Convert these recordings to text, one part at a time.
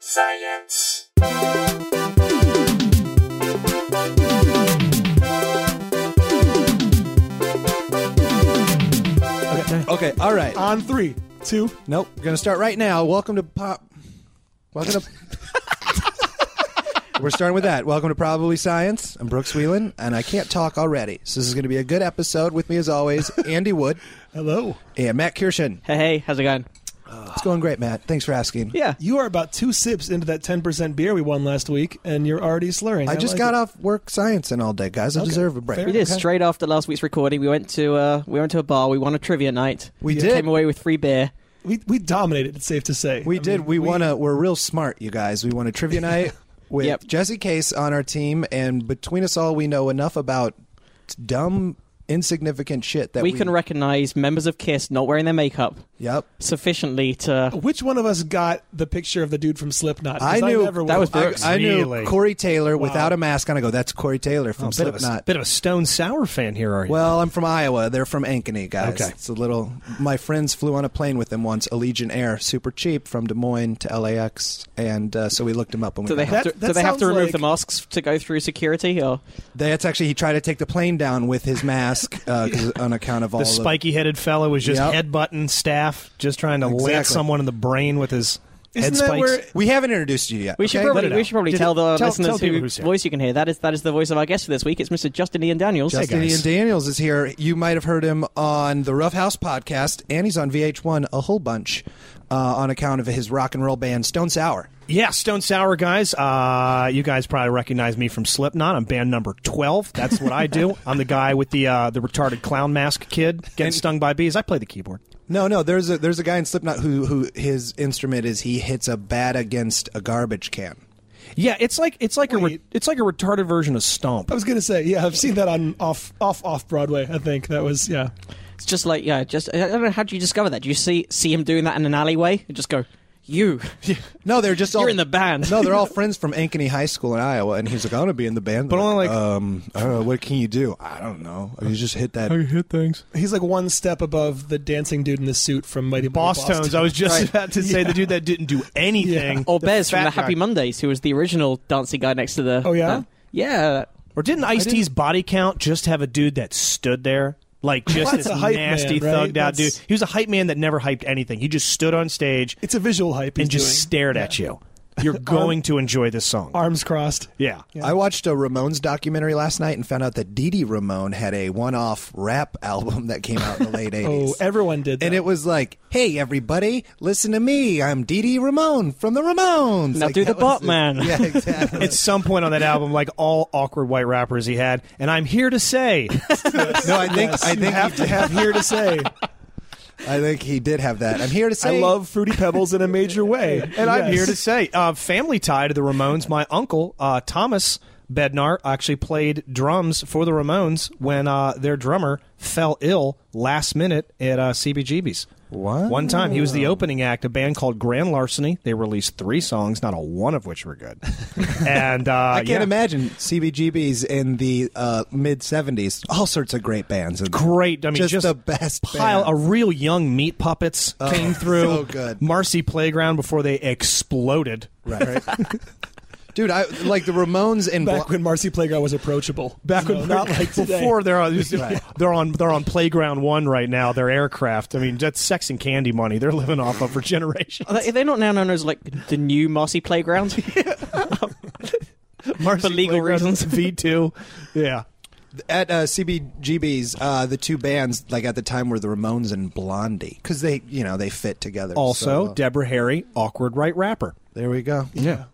science. Okay. Okay, all right. On three, two. Nope, we're gonna start right now. Welcome to pop. Welcome to. we're starting with that. Welcome to Probably Science. I'm Brooks Wheelan, and I can't talk already. So this is gonna be a good episode. With me, as always, Andy Wood Hello. and Matt Kirshen. Hey, hey, how's it going? It's going great, Matt. Thanks for asking. Yeah. You are about two sips into that 10% beer we won last week, and you're already slurring. I just like got it. off work science and all day, guys. I deserve a break. fair. We did Okay. straight after last week's recording. We went to uh, we went to a bar. We won a trivia night. We We did. Came away with free beer. We, we dominated, it's safe to say. We I did. mean, we won a. We're real smart, you guys. We won a trivia night with Yep. Jesse Case on our team, and between us all, we know enough about dumb, insignificant shit that we we, can recognize members of Kiss not wearing their makeup Yep. sufficiently to. Which one of us got the picture of the dude from Slipknot? 'Cause I knew- never that will. was I, Brooks. I knew Really? Corey Taylor without a mask on. I go, that's Corey Taylor from bit of a Slipknot. bit of a Stone Sour fan here, are you? Well, I'm from Iowa. They're from Ankeny, guys. Okay. It's a little. My friends flew on a plane with them once, Allegiant Air, super cheap, from Des Moines to LAX, and uh, so we looked them up. When we Do they got have That- to? that do they have to sounds remove like- the masks to go through security? Or That's actually he tried to take the plane down with his mask uh, 'cause on account of all the of- spiky-headed fellow was just Yep. headbutting staff, just trying to Exactly. land someone in the brain with his Isn't head that spikes. where- We haven't introduced you yet. we should okay? probably it we out. should probably Did- tell the tell- listeners tell people whose who's here. voice you can hear. That is that is the voice of our guest for this week. It's Mr. Justin Ian Daniels. Justin guys. Ian Daniels is here. You might have heard him on the Rough House podcast, and he's on VH1 a whole bunch uh, on account of his rock and roll band Stone Sour. Yeah, Stone Sour guys. Uh, you guys probably recognize me from Slipknot. I'm band number twelve. That's what I do. I'm the guy with the uh, the retarded clown mask kid getting stung by bees. I play the keyboard. No, no, there's a there's a guy in Slipknot who who his instrument is he hits a bat against a garbage can. Yeah, it's like it's like a re- Wait. it's like a retarded version of Stomp. I was going to say, yeah, I've seen that on off, off, off Broadway, I think. That was, yeah. It's just like yeah, just I don't know how do you discover that? Do you see see him doing that in an alleyway and just go, you, No, they're just all you're in the band. No, they're all friends from Ankeny High School in Iowa, and he's like, "I want to be in the band." But only, like- um, I don't know, what can you do? I don't know. You just hit that. hit things. He's like one step above the dancing dude in the suit from Mighty Mighty Boss Boston. Tones. I was just about to say the dude that didn't do anything. Or Bez from fat the Happy guy. Mondays, who was the original dancing guy next to the. Oh, yeah? that- yeah. Or didn't Ice T's body count just have a dude that stood there? Like just That's this a hype man, nasty right? thugged out That's- dude. He was a hype man that never hyped anything. He just stood on stage It's a visual hype. He's and just doing. stared at you. You're going to enjoy this song. Arms crossed. yeah. I watched a Ramones documentary last night and found out that Dee Dee Ramone had a one-off rap album that came out in the late '80s. Oh, everyone did. That. and it was like, "Hey, everybody, listen to me. I'm Dee Dee Ramone from the Ramones." Now Like, do the that was Batman. Yeah, exactly. At some point on that album, like all awkward white rappers he had, and I'm here to say, no, I think I you think have to have here to say. I think he did have that. I'm here to I say, love fruity pebbles in a major way, and I'm here to say, uh, family tie to the Ramones. My uncle uh, Thomas Bednar actually played drums for the Ramones when uh, their drummer fell ill last minute at uh, CBGB's. Wow. One time, he was the opening act, a band called Grand Larceny. They released three songs, not a one of which were good. and uh, I can't imagine CBGB's in the uh, mid '70s. All sorts of great bands. And Great, I mean, just, just, the best pile band. Oh, of real young meat puppets came through. so good. Marcy Playground before they exploded. right. Dude, I like the Ramones and back Bl- when Marcy Playground was approachable. back No, when not like today. before they're on they're on they're on playground one right now their aircraft i mean that's sex and candy money they're living off of for generations Are they- are they not now known as like the new Marcy Playground? Marcy For legal Playground, reasons. v2 yeah at uh, CBGB's, uh, the two bands like at the time were the Ramones and Blondie because they, you know, they fit together. also so, uh, deborah harry awkward right rapper there we go. yeah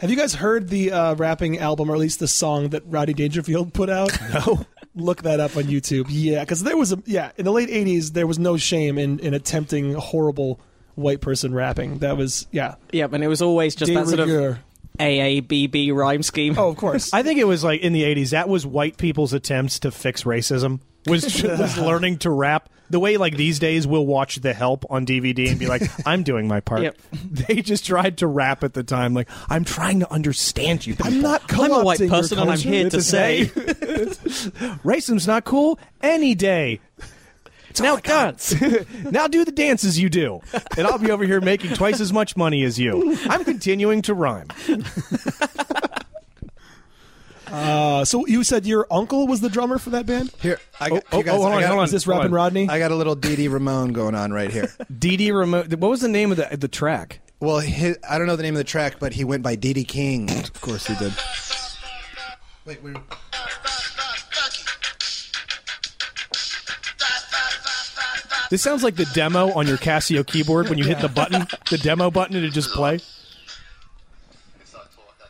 Have you guys heard the uh, rapping album, or at least the song that Roddy Dangerfield put out? No. Look that up on YouTube. Yeah, because there was a yeah in the late '80s there was no shame in in attempting horrible white person rapping. That was yeah. yeah, and it was always just De that sort of rigueur. AABB rhyme scheme. Oh, of course. i think it was like in the 80s that was white people's attempts to fix racism was was learning to rap the way like these days we'll watch the help on dvd and be like i'm doing my part Yep. they just tried to rap at the time like i'm trying to understand you people. I'm not. I'm a white co-opting your person and I'm culture. here It's to okay. say. Racism's not cool any day. now dance. now do the dances you do, and I'll be over here making twice as much money as you. I'm continuing to rhyme. Uh, so you said your uncle was the drummer for that band? Here, I Oh, got, oh, you guys, oh, hold I on, got, hold on. Is this Robin Hold on. Rodney? I got a little Dee Dee Ramone going on right here. DD remote. What was the name of the the track? Well, hi I don't know the name of the track, but he went by Dee Dee King. Of course he did. Wait, we're... This sounds like the demo on your Casio keyboard when you hit the button, the demo button, and it just play.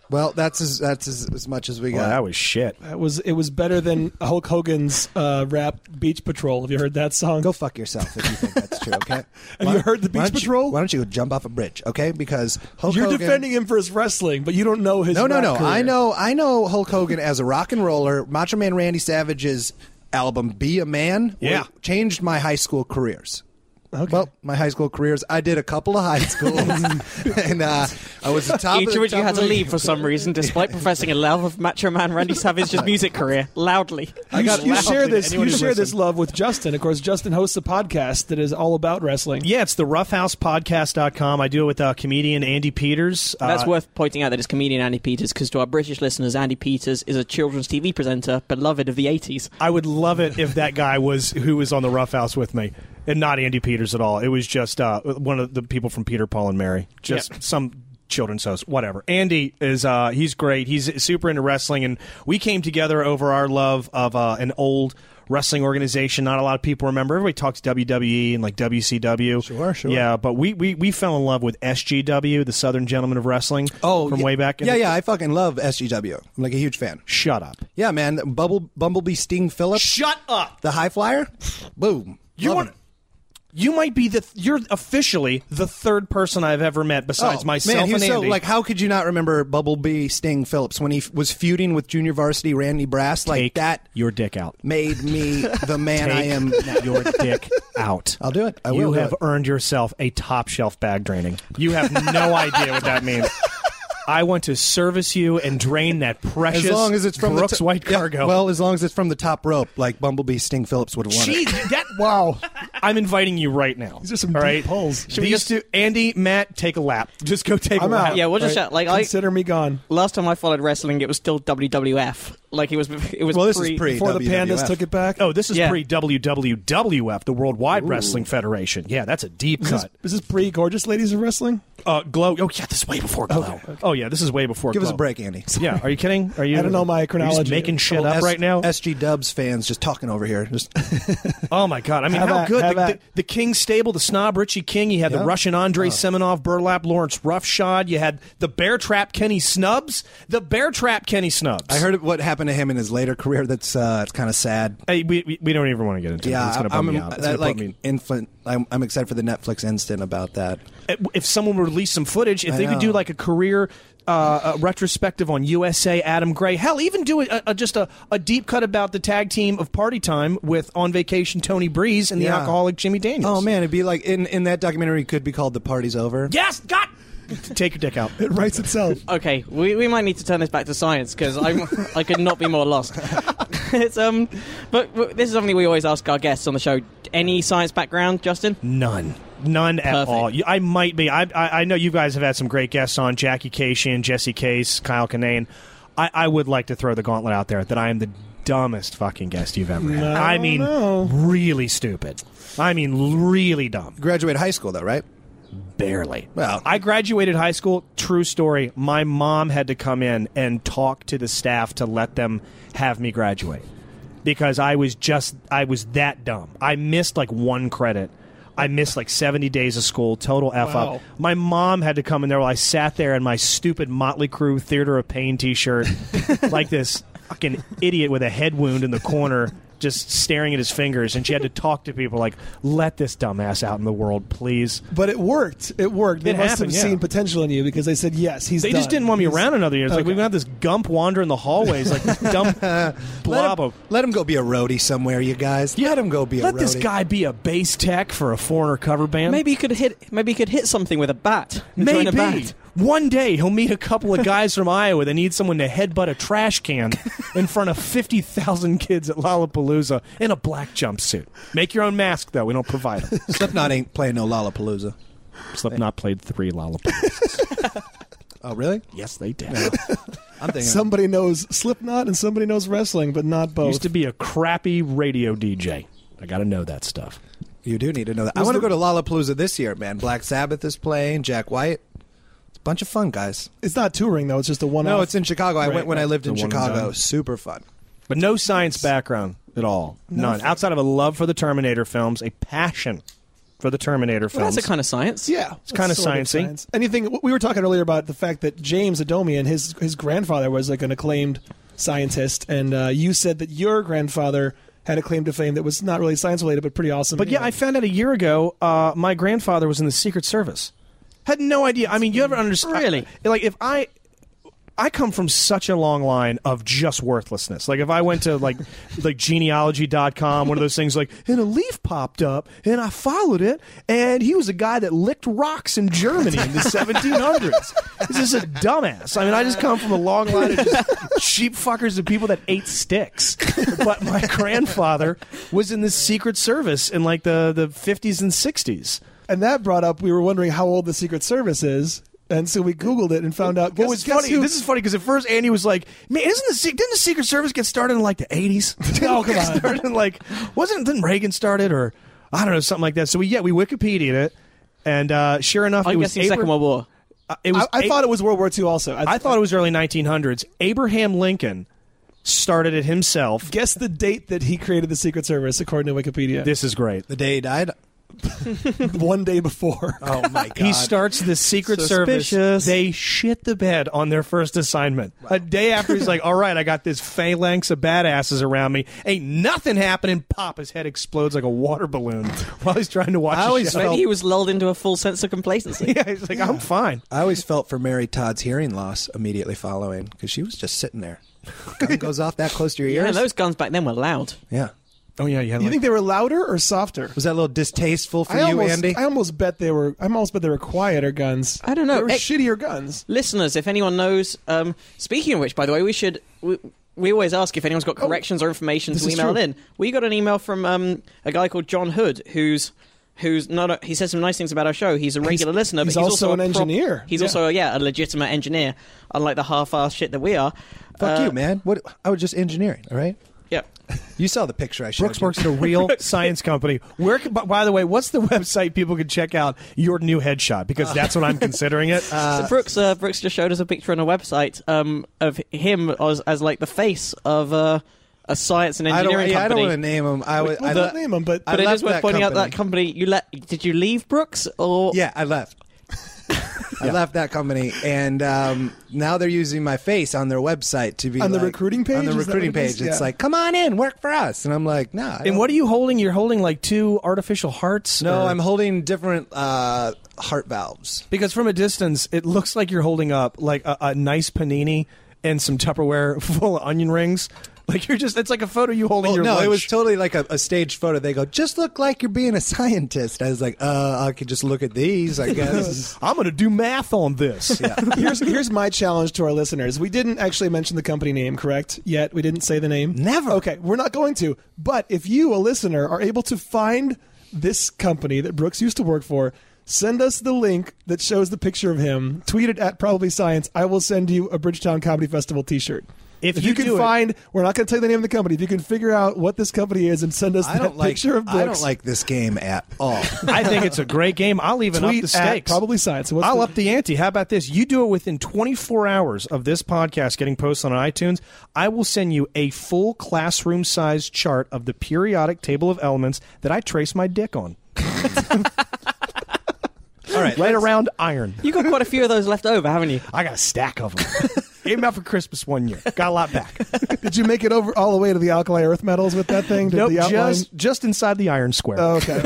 Well, that's as that's as, as much as we Well, got. that was shit. That was it was better than Hulk Hogan's uh, rap Beach Patrol. Have you heard that song? Go fuck yourself if you think that's true. Okay. Have you heard the why Beach don't you- Patrol? Why don't you go jump off a bridge? Okay, because Hulk You're Hogan- defending him for his wrestling, but you don't know his. No, no, rap no. career. I know, I know Hulk Hogan as a rock and roller. Macho Man Randy Savage's album "Be a Man" Yeah. wa- changed my high school careers. Well, my high school careers. I did a couple of high schools, and uh, I was the top. of Each the of which you top had of to the- leave for some reason, despite professing a love of Macho Man Randy Savage's music career loudly. You, got you loud. share Did this. anyone You who share this listened- love with Justin. Of course, Justin hosts a podcast that is all about wrestling. Yeah, it's the roughhousepodcast.com. I do it with uh, comedian Andy Peters. Uh, That's worth pointing out that it's comedian Andy Peters, because to our British listeners, Andy Peters is a children's TV presenter, beloved of the 80s. I would love it if that guy was who was on the Rough House with me, and not Andy Peters at all. It was just uh, one of the people from Peter Paul and Mary, just Yep. some children's host, whatever. Andy is uh, he's great. He's super into wrestling, and we came together over our love of uh, an old wrestling organization. Not a lot of people remember. Everybody talks WWE and like WCW. Sure, sure. Yeah, but we we, we fell in love with SGW, the Southern Gentleman of Wrestling. Oh, from yeah, way back. in Yeah, the- yeah. I fucking love SGW. I'm like a huge fan. Shut up. Yeah, man. Bubble Bumblebee Sting Phillips. Shut up. the High Flyer. Boom. You Loving want? it. You might be the. You're officially the third person I've ever met besides Oh, myself man, he was and so Andy. like, how could you not remember Bumblebee Sting Phillips when he f- was feuding with junior varsity Randy Brass? Like Take that your dick out. made me the man I Take am. now. your dick out. I'll do it. I you will do have it. earned yourself a top shelf bag draining. You have no idea what that means. I want to service you and drain that precious As long as it's from Brooks the to- White Yeah, Cargo. well, as long as it's from the top rope, like Bumblebee Sting Phillips would have won. Gee, it. that wow! I'm inviting you right now. These are some all deep right? pulls. These two, Andy, Matt, take a lap. Just go take I'm a lap. out. Yeah, we'll just Right. shout, like, I- consider me gone. Last time I followed wrestling, it was still WWF. Like, it was, it was Well, this is pre- pre- Before the WWF. pandas took it back. Oh, this is Yeah. pre WWWF, the Worldwide Wrestling Federation. Yeah, that's a deep is this, cut. is this pre gorgeous ladies of wrestling? Uh, glow. Oh yeah, this is way before Glow. Oh yeah, this is way before. Give us a Glow. break, Andy. Yeah, are you kidding? Are you? I don't know my are you Just chronology. making shit Little up Oh, S- right now. SG Dubs fans just talking over here. Just oh my god! I mean, Have how at- good the, have the, at. the King stable, the snob Richie King. You had the Yeah. Russian Andre Semenov, Burlap Lawrence Roughshod. You had the Bear Trap Kenny Snubs. The Bear Trap Kenny Snubs. I heard what happened to him in his later career. That's uh, it's kind of sad. Hey, we, we, we don't even want to get into it. It's Yeah, gonna bum I'm, me out. It's that, gonna put like me- infant. I'm, I'm excited for the Netflix instant about that. if someone would release some footage, if they could know. do like a career uh, a retrospective on USA, Adam Gray, hell, even do a, a, just a, a deep cut about the tag team of Party Time with on vacation Tony Breeze and the Yeah. alcoholic Jimmy Daniels. Oh man, it'd be like in in that documentary it could be called "The Party's Over." yes, God, take your dick out. It writes itself. Okay, we, we might need to turn this back to science because I I could not be more lost. it's um, but, but this is something we always ask our guests on the show. Any science background, Justin? None. None at Perfect. all. You- I might be. I, I I know you guys have had some great guests on Jackie Cation, Jesse Case, Kyle Kinane. I, I would like to throw the gauntlet out there that I am the dumbest fucking guest you've ever had. I mean, no. really stupid. I mean, really dumb. Graduate high school though, right? Barely. Well- I graduated high school. True story. My mom had to come in and talk to the staff to let them have me graduate because I was just I was that dumb. I missed like one credit. I missed like 70 days of school, total F Wow. up. My mom had to come in there while I sat there in my stupid Motley Crue Theater of Pain t shirt, like this fucking idiot with a head wound in the corner, just staring at his fingers. And she had to talk to people like, let this dumbass out in the world, please. But it worked. It worked. They It must happened, have yeah. seen potential in you because they said yes. He's. They just done. didn't want me He's- around another year. It's like Okay. we're gonna have this gump wandering the hallways, like this dumb blob let him, of. let him go be a roadie somewhere, you guys. Let him go be a Let roadie. this guy be a bass tech for a foreigner cover band. Maybe you could hit. Maybe you could hit something with a bat. Join a bat. One day he'll meet a couple of guys from Iowa that need someone to headbutt a trash can in front of 50,000 kids at Lollapalooza in a black jumpsuit. Make your own mask, though. We don't provide them. Slipknot ain't playing no Lollapalooza. Slipknot played three Lollapaloozas. Oh, really? yes, they did. I'm thinking. Somebody knows Slipknot and somebody knows wrestling, but not Oh. both. Used to be a crappy radio DJ. I got to know that stuff. you do need to know that. I want to go to Lollapalooza this year, man. Black Sabbath is playing. Jack White. It's a bunch of fun, guys. it's not touring though; it's just a one-off. No, it's in Chicago. I Right, went when right. I lived in The one and Chicago. done. Super fun. But no science background at all. None. Outside of a love for the Terminator films, a passion for the Terminator Well, films. that's a kind of science. yeah, it's kinda sciencey. Anything we were talking earlier about the fact that James Adomian, his his grandfather was like an acclaimed scientist, and uh, you said that your grandfather had a claim to fame that was not really science related, but pretty awesome. But yeah, I found out a year ago. Uh, my grandfather was in the Secret Service. Had no idea. I mean, you ever understand? Really? like, if I, I come from such a long line of just worthlessness. Like, if I went to like, like genealogy.com, one of those things, like, and a leaf popped up, and I followed it, and he was a guy that licked rocks in Germany in the 1700s. This is a dumbass. I mean, I just come from a long line of just cheap fuckers of people that ate sticks. But my grandfather was in the Secret Service in like the the 50s and 60s. and that brought up we were wondering how old the Secret Service is, and so we Googled it and found out. Well, guess- it's guess funny. who- This is funny because at first Andy was like, "Man, isn't the Se- didn't the Secret Service get started in like the eighties? Oh, come on. started in like wasn't didn't Reagan started or I don't know something like that." So we yeah we Wikipedia'd it, and uh, sure enough, I'm it was guessing Second World War. uh, it was I, I Ab- thought it was World War II. Also, I thought it was early 1900s. Abraham Lincoln started it himself. guess the date that he created the Secret Service according to Wikipedia. This is great. The day he died. one day before. Oh my god. He starts the Secret Service. Suspicious. They shit the bed on their first assignment. A day after, he's like, "All right, I got this phalanx of badasses around me. Ain't nothing happening." Pop, his head explodes like a water balloon while he's trying to watch. I the always show. Maybe felt- he was lulled into a full sense of complacency. yeah, he's like, "I'm fine." I always felt for Mary Todd's hearing loss immediately following because she was just sitting there. Gun goes off that close to your Yeah, ears. those guns back then were loud. Yeah. Oh yeah, yeah. you think they were louder or softer? Was that a little distasteful for I you, almost, Andy? I almost bet they were. I almost bet they were quieter guns. I don't know. They were Hey- shittier guns. Listeners, if anyone knows, um, speaking of which, by the way, we should. We, we always ask if anyone's got Oh, corrections or information This to is email true. in. We got an email from um, a guy called John Hood, who's who's not. A, he says some nice things about our show. He's a regular listener, but he's he's also a an prop- engineer. he's Yeah. also yeah a legitimate engineer, unlike the half-assed shit that we are. Fuck Uh, you, man. What? I was just engineering. All right. Yeah. You saw the picture I showed. Brooks you. works at a real science company. Where, can, by- by the way, what's the website people can check out your new headshot? Because that's what I'm considering it. so Brooks, uh, Brooks just showed us a picture on a website um, of him as, as like the face of uh, a science and I don't. engineering yeah, I don't company. want to name him. I was. Well, I don't le- name them, but I but it left is worth that pointing out company. that company you let. Did you leave Brooks or Yeah, I left. I left that company, and um, now they're using my face on their website to be On the like- recruiting page? On the Is that recruiting what it is? page, it's Yeah. like, "Come on in, work for us," and I'm like, "Nah." I and don't- what are you holding? You're holding like two artificial hearts. No, or- I'm holding different uh, heart valves. Because from a distance, it looks like you're holding up like a, a nice panini and some Tupperware full of onion rings. Like you're just, it's like a photo you holding Oh, Well, your no, it was lunch. totally like a, a staged photo. They go, "Just look like you're being a scientist." I was like, "Uh, I could just look at these, I guess." I'm going to do math on this. yeah. here's here's my challenge to our listeners. We didn't actually mention the company name, correct? Yet we didn't say the name. Never. Okay, we're not going to. But if you, a listener, are able to find this company that Brooks used to work for. Send us the link that shows the picture of him. Tweet it at Probably Science. I will send you a Bridgetown Comedy Festival T-shirt. If you, you can do it- find, we're not going to tell you the name of the company. If you can figure out what this company is and send us I that don't like. picture of Brooks, I don't like this game at all. I think it's a great game. I'll even up tweet the at stakes. Probably Science. What's I'll the- up the ante. How about this? You do it within 24 hours of this podcast getting posted on iTunes. I will send you a full classroom sized chart of the periodic table of elements that I trace my dick on. all right, Right around iron. You got quite a few of those left over, haven't you? I got a stack of them. Gave them out for Christmas one year. Got a lot back. Did you make it over all the way to the alkali earth metals with that thing? Did nope, the outline? just just inside the iron square. Oh, okay.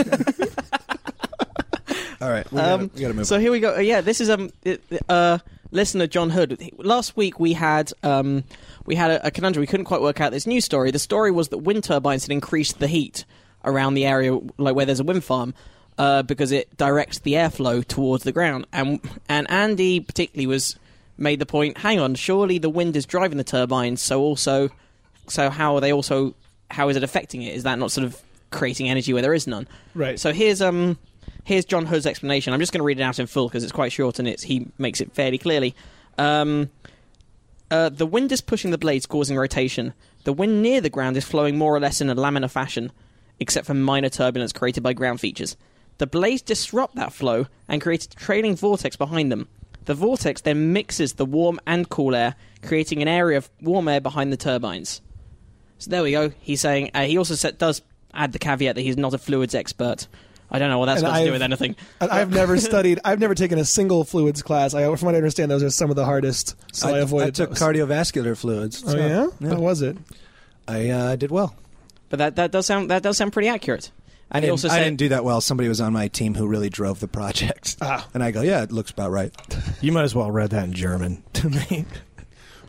all right. We gotta, Um, we gotta move. so on. here we go. Uh, Yeah, this is um it- uh listener John Hood. Last week we had um we had a, a conundrum. We couldn't quite work out this news story. The story was that wind turbines had increased the heat around the area like where there's a wind farm. uh, because it directs the airflow towards the ground. And and Andy particularly was made the point. Hang on, surely the wind is driving the turbines. So also, so how are they also? How is it affecting it? Is that not sort of creating energy where there is none? Right. So here's um here's John Hood's explanation. I'm just going to read it out in full because it's quite short and it's he makes it fairly clearly. Um, uh, the wind is pushing the blades, causing rotation. The wind near the ground is flowing more or less in a laminar fashion, except for minor turbulence created by ground features. The blades disrupt that flow and create a trailing vortex behind them. The vortex then mixes the warm and cool air, creating an area of warm air behind the turbines. So there we go. He's saying uh, he also said, does add the caveat that he's not a fluids expert. I don't know what that's And got to do I've- Uh, with anything. And I've never studied. I've never taken a single fluids class. I, from what I understand, those are some of the hardest. So I, avoided I took those. cardiovascular fluids. oh so- yeah? how was it? I uh, did well. But that, that does sound that does sound pretty accurate. I And he didn't, also I said didn't do that well. Somebody was on my team who really drove the project. Ah. And I go, yeah, it looks about right. You might as well read that in German to me.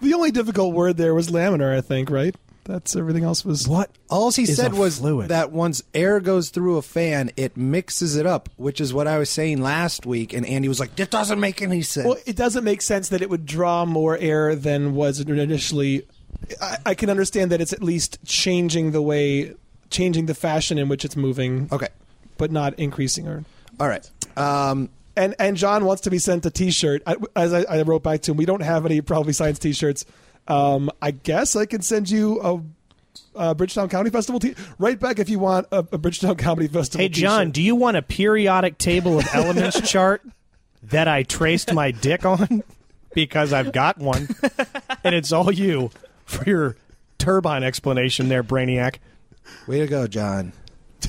The only difficult word there was laminar. I think right. That's everything else was. What? All he Is said a was fluid. that once air goes through a fan, it mixes it up, which is what I was saying last week. And Andy was like, that doesn't make any sense. Well, it doesn't make sense that it would draw more air than was initially. I, I can understand that it's at least changing the way, changing the fashion in which it's moving, okay. but not increasing or All right. Um, and and John wants to be sent a T-shirt. I, as I, I wrote back to him, we don't have any probably science T-shirts. Um, I guess I can send you a, a Bridgetown Comedy Festival t- right back if you want a, a Bridgetown Comedy Festival. Hey, John, t-shirt. do you want a periodic table of elements chart that I traced my dick on? Because I've got one. And it's all you for your turbine explanation there, Brainiac. way to go, John.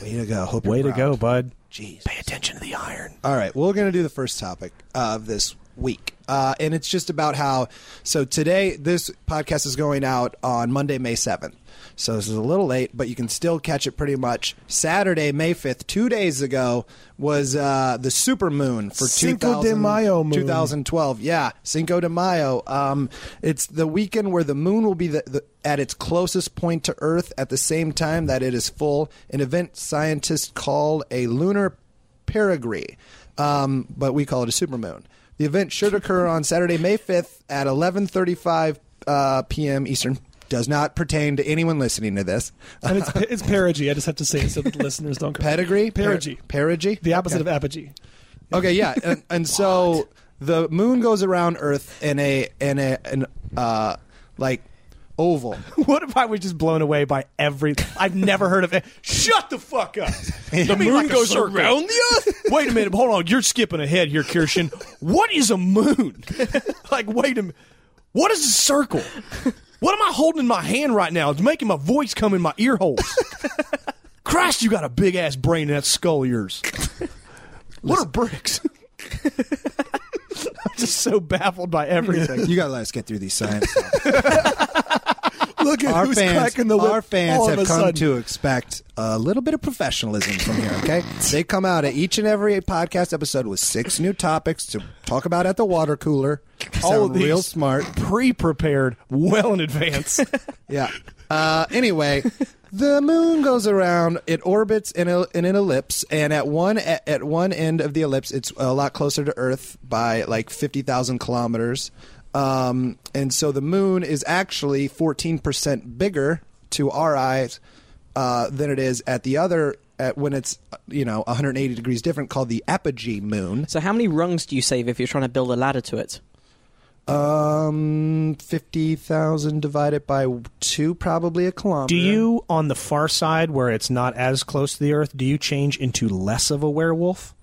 Way to go. Hope you're Way to proud. go, bud. Jeez. Pay attention to the iron. All right, we're going to do the first topic of this week. Uh, and it's just about how. So today, this podcast is going out on Monday, May 7th. So this is a little late, but you can still catch it pretty much. Saturday, May 5th, two days ago, was uh, the super moon for Cinco de 2000 Mayo moon. 2012. Yeah, Cinco de Mayo. Um, it's the weekend where the moon will be the, the, at its closest point to Earth at the same time that it is full, an event scientists call a lunar perigee, um, but we call it a supermoon. The event should occur on Saturday, May 5th at 11:35 uh, p.m. Eastern. Does not pertain to anyone listening to this. and it's it's perigee. I just have to say it so that the listeners don't. correct. Pedigree, Perigee. perigee, the opposite of apogee. Okay, yeah, and, and so the moon goes around Earth in a in a in, uh like oval. What if I was just blown away by every. I've never heard of it. Shut the fuck up. The moon goes around the earth? Wait a minute. Hold on. You're skipping ahead here, Kirshen. What is a moon? like, wait a minute. What is a circle? What am I holding in my hand right now? It's making my voice come in my ear holes. Christ, you got a big ass brain in that skull of yours. What are bricks? I'm just so baffled by everything. You gotta let us get through these science. stuff. Look at our who's fans, cracking the whip. our fans all have of a come sudden. to expect a little bit of professionalism from here. Okay, they come out at each and every podcast episode with six new topics to talk about at the water cooler. All Sound of these real smart. pre-prepared well in advance. Yeah. Uh, anyway, the moon goes around. It orbits in, a, in an ellipse, and at one at, at one end of the ellipse, it's a lot closer to Earth by like fifty thousand kilometers. Um, and so the moon is actually fourteen percent bigger to our eyes uh, than it is at the other at when it's you know one hundred eighty degrees different, called the apogee moon. So how many rungs do you save if you're trying to build a ladder to it? Um, fifty thousand divided by two, probably a kilometer. do you on the far side where it's not as close to the earth, do you change into less of a werewolf?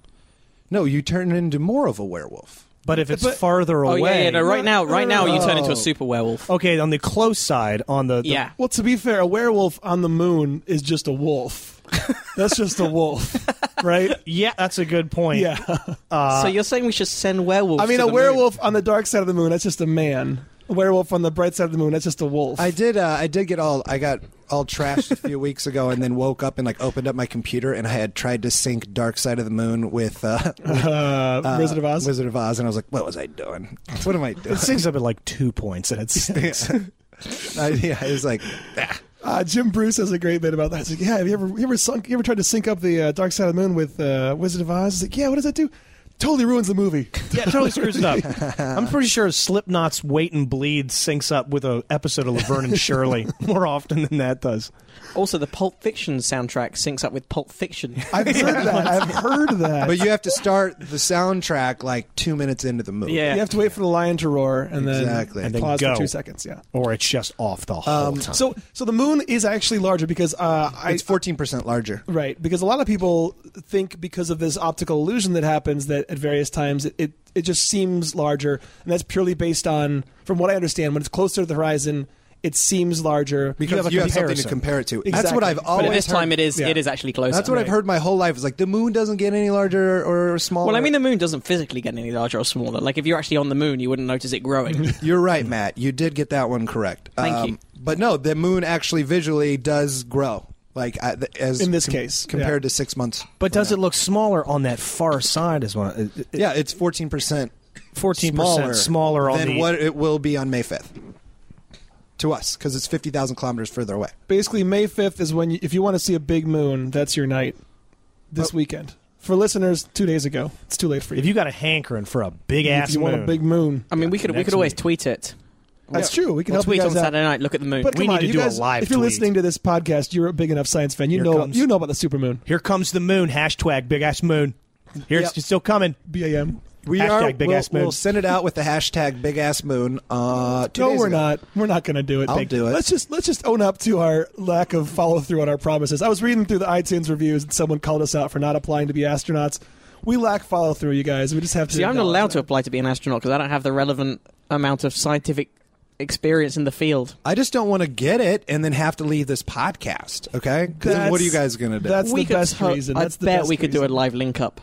No, you turn into more of a werewolf. But if it's farther Oh away. yeah, yeah. No, right now, right now, you turn into Oh. a super werewolf. Okay, on the close side on the, the- yeah. Well, to be fair, a werewolf on the moon is just a wolf. That's just a wolf, right? Yeah, that's a good point. Yeah. so you're saying we should send werewolves? Uh, I mean, to a the moon? werewolf on the dark side of the moon, that's just a man. A werewolf on the bright side of the moon, that's just a wolf. I did. Uh, I did get all. I got all trashed a few weeks ago, and then woke up and like opened up my computer, and I had tried to sync Dark Side of the Moon with, uh, with, uh, uh, Wizard of Oz. Wizard of Oz, and I was like, "What was I doing? What am I It doing?" sinks up at like two points and it's I, yeah, I was like, ah. Uh, Jim Bruce has a great bit about that. He's like, yeah, have you ever you ever sunk you ever tried to sync up the uh, Dark Side of the Moon with uh, Wizard of Oz? He's like, yeah, what does that do? Totally ruins the movie. Yeah, totally screws it up. I'm pretty sure Slipknot's "Wait and Bleed" syncs up with a episode of Laverne and Shirley more often than that does. Also, the Pulp Fiction soundtrack syncs up with Pulp Fiction. I've heard that. I've heard that. But you have to start the soundtrack like two minutes into the movie. Yeah. you have to wait for the lion to roar and then Exactly. And then pause go. for two seconds. Yeah. Or it's just off the whole time. So so the moon is actually larger because uh, I It's fourteen percent larger. Right, because a lot of people think because of this optical illusion that happens that at various times it, it, it just seems larger, and that's purely based on, from what I understand, when it's closer to the horizon, it seems larger. Because you have, have a something to comparison. compare it to. That's Exactly. what I've But at always but at this heard. time, it is yeah. it is actually closer. That's what I've heard my whole life. Is like the moon doesn't get any larger or smaller. Well, I mean, the moon doesn't physically get any larger or smaller. Like, if you're actually on the moon, you wouldn't notice it growing. You're right, Matt. You did get that one correct. Um, Thank you. But no, the moon actually visually does grow. Like I, th- as In this case, compared to six months. but does it look smaller on that far side? Is one Yeah, it's fourteen percent. fourteen Smaller, percent smaller on than the what it will be on May fifth. To us, because it's fifty thousand kilometers further away. Basically, May 5th is when, you, if you want to see a big moon, that's your night this Oh. weekend. For listeners, two days ago, it's too late for you. If you got a hankering for a big If ass you want moon, a big moon, I mean, we could we Next could always week. tweet it. that's true. We can We'll help you tweet on guys out. Saturday night. Look at the moon. But We come need on, to you do a guys, live If you're tweet. listening to this podcast, you're a big enough science fan. You Here know, comes- you know about the supermoon. here comes the moon. Hashtag big ass moon. Here Yep. it's still coming. BAM. We Hashtag are. big we'll, ass moon. we'll send it out with the hashtag big ass moon. Uh, two no, days we're ago. not. We're not going to do it. I'll do it. Let's just let's just own up to our lack of follow through on our promises. I was reading through the iTunes reviews, and someone called us out for not applying to be astronauts. We lack follow through, you guys. We just have to. See, I'm not allowed acknowledge to apply to be an astronaut because I don't have the relevant amount of scientific experience in the field. I just don't want to get it and then have to leave this podcast. Okay, 'Cause then what are you guys gonna do? That's we the could best ho- reason. I That's the bet best we could do a reason. live link up.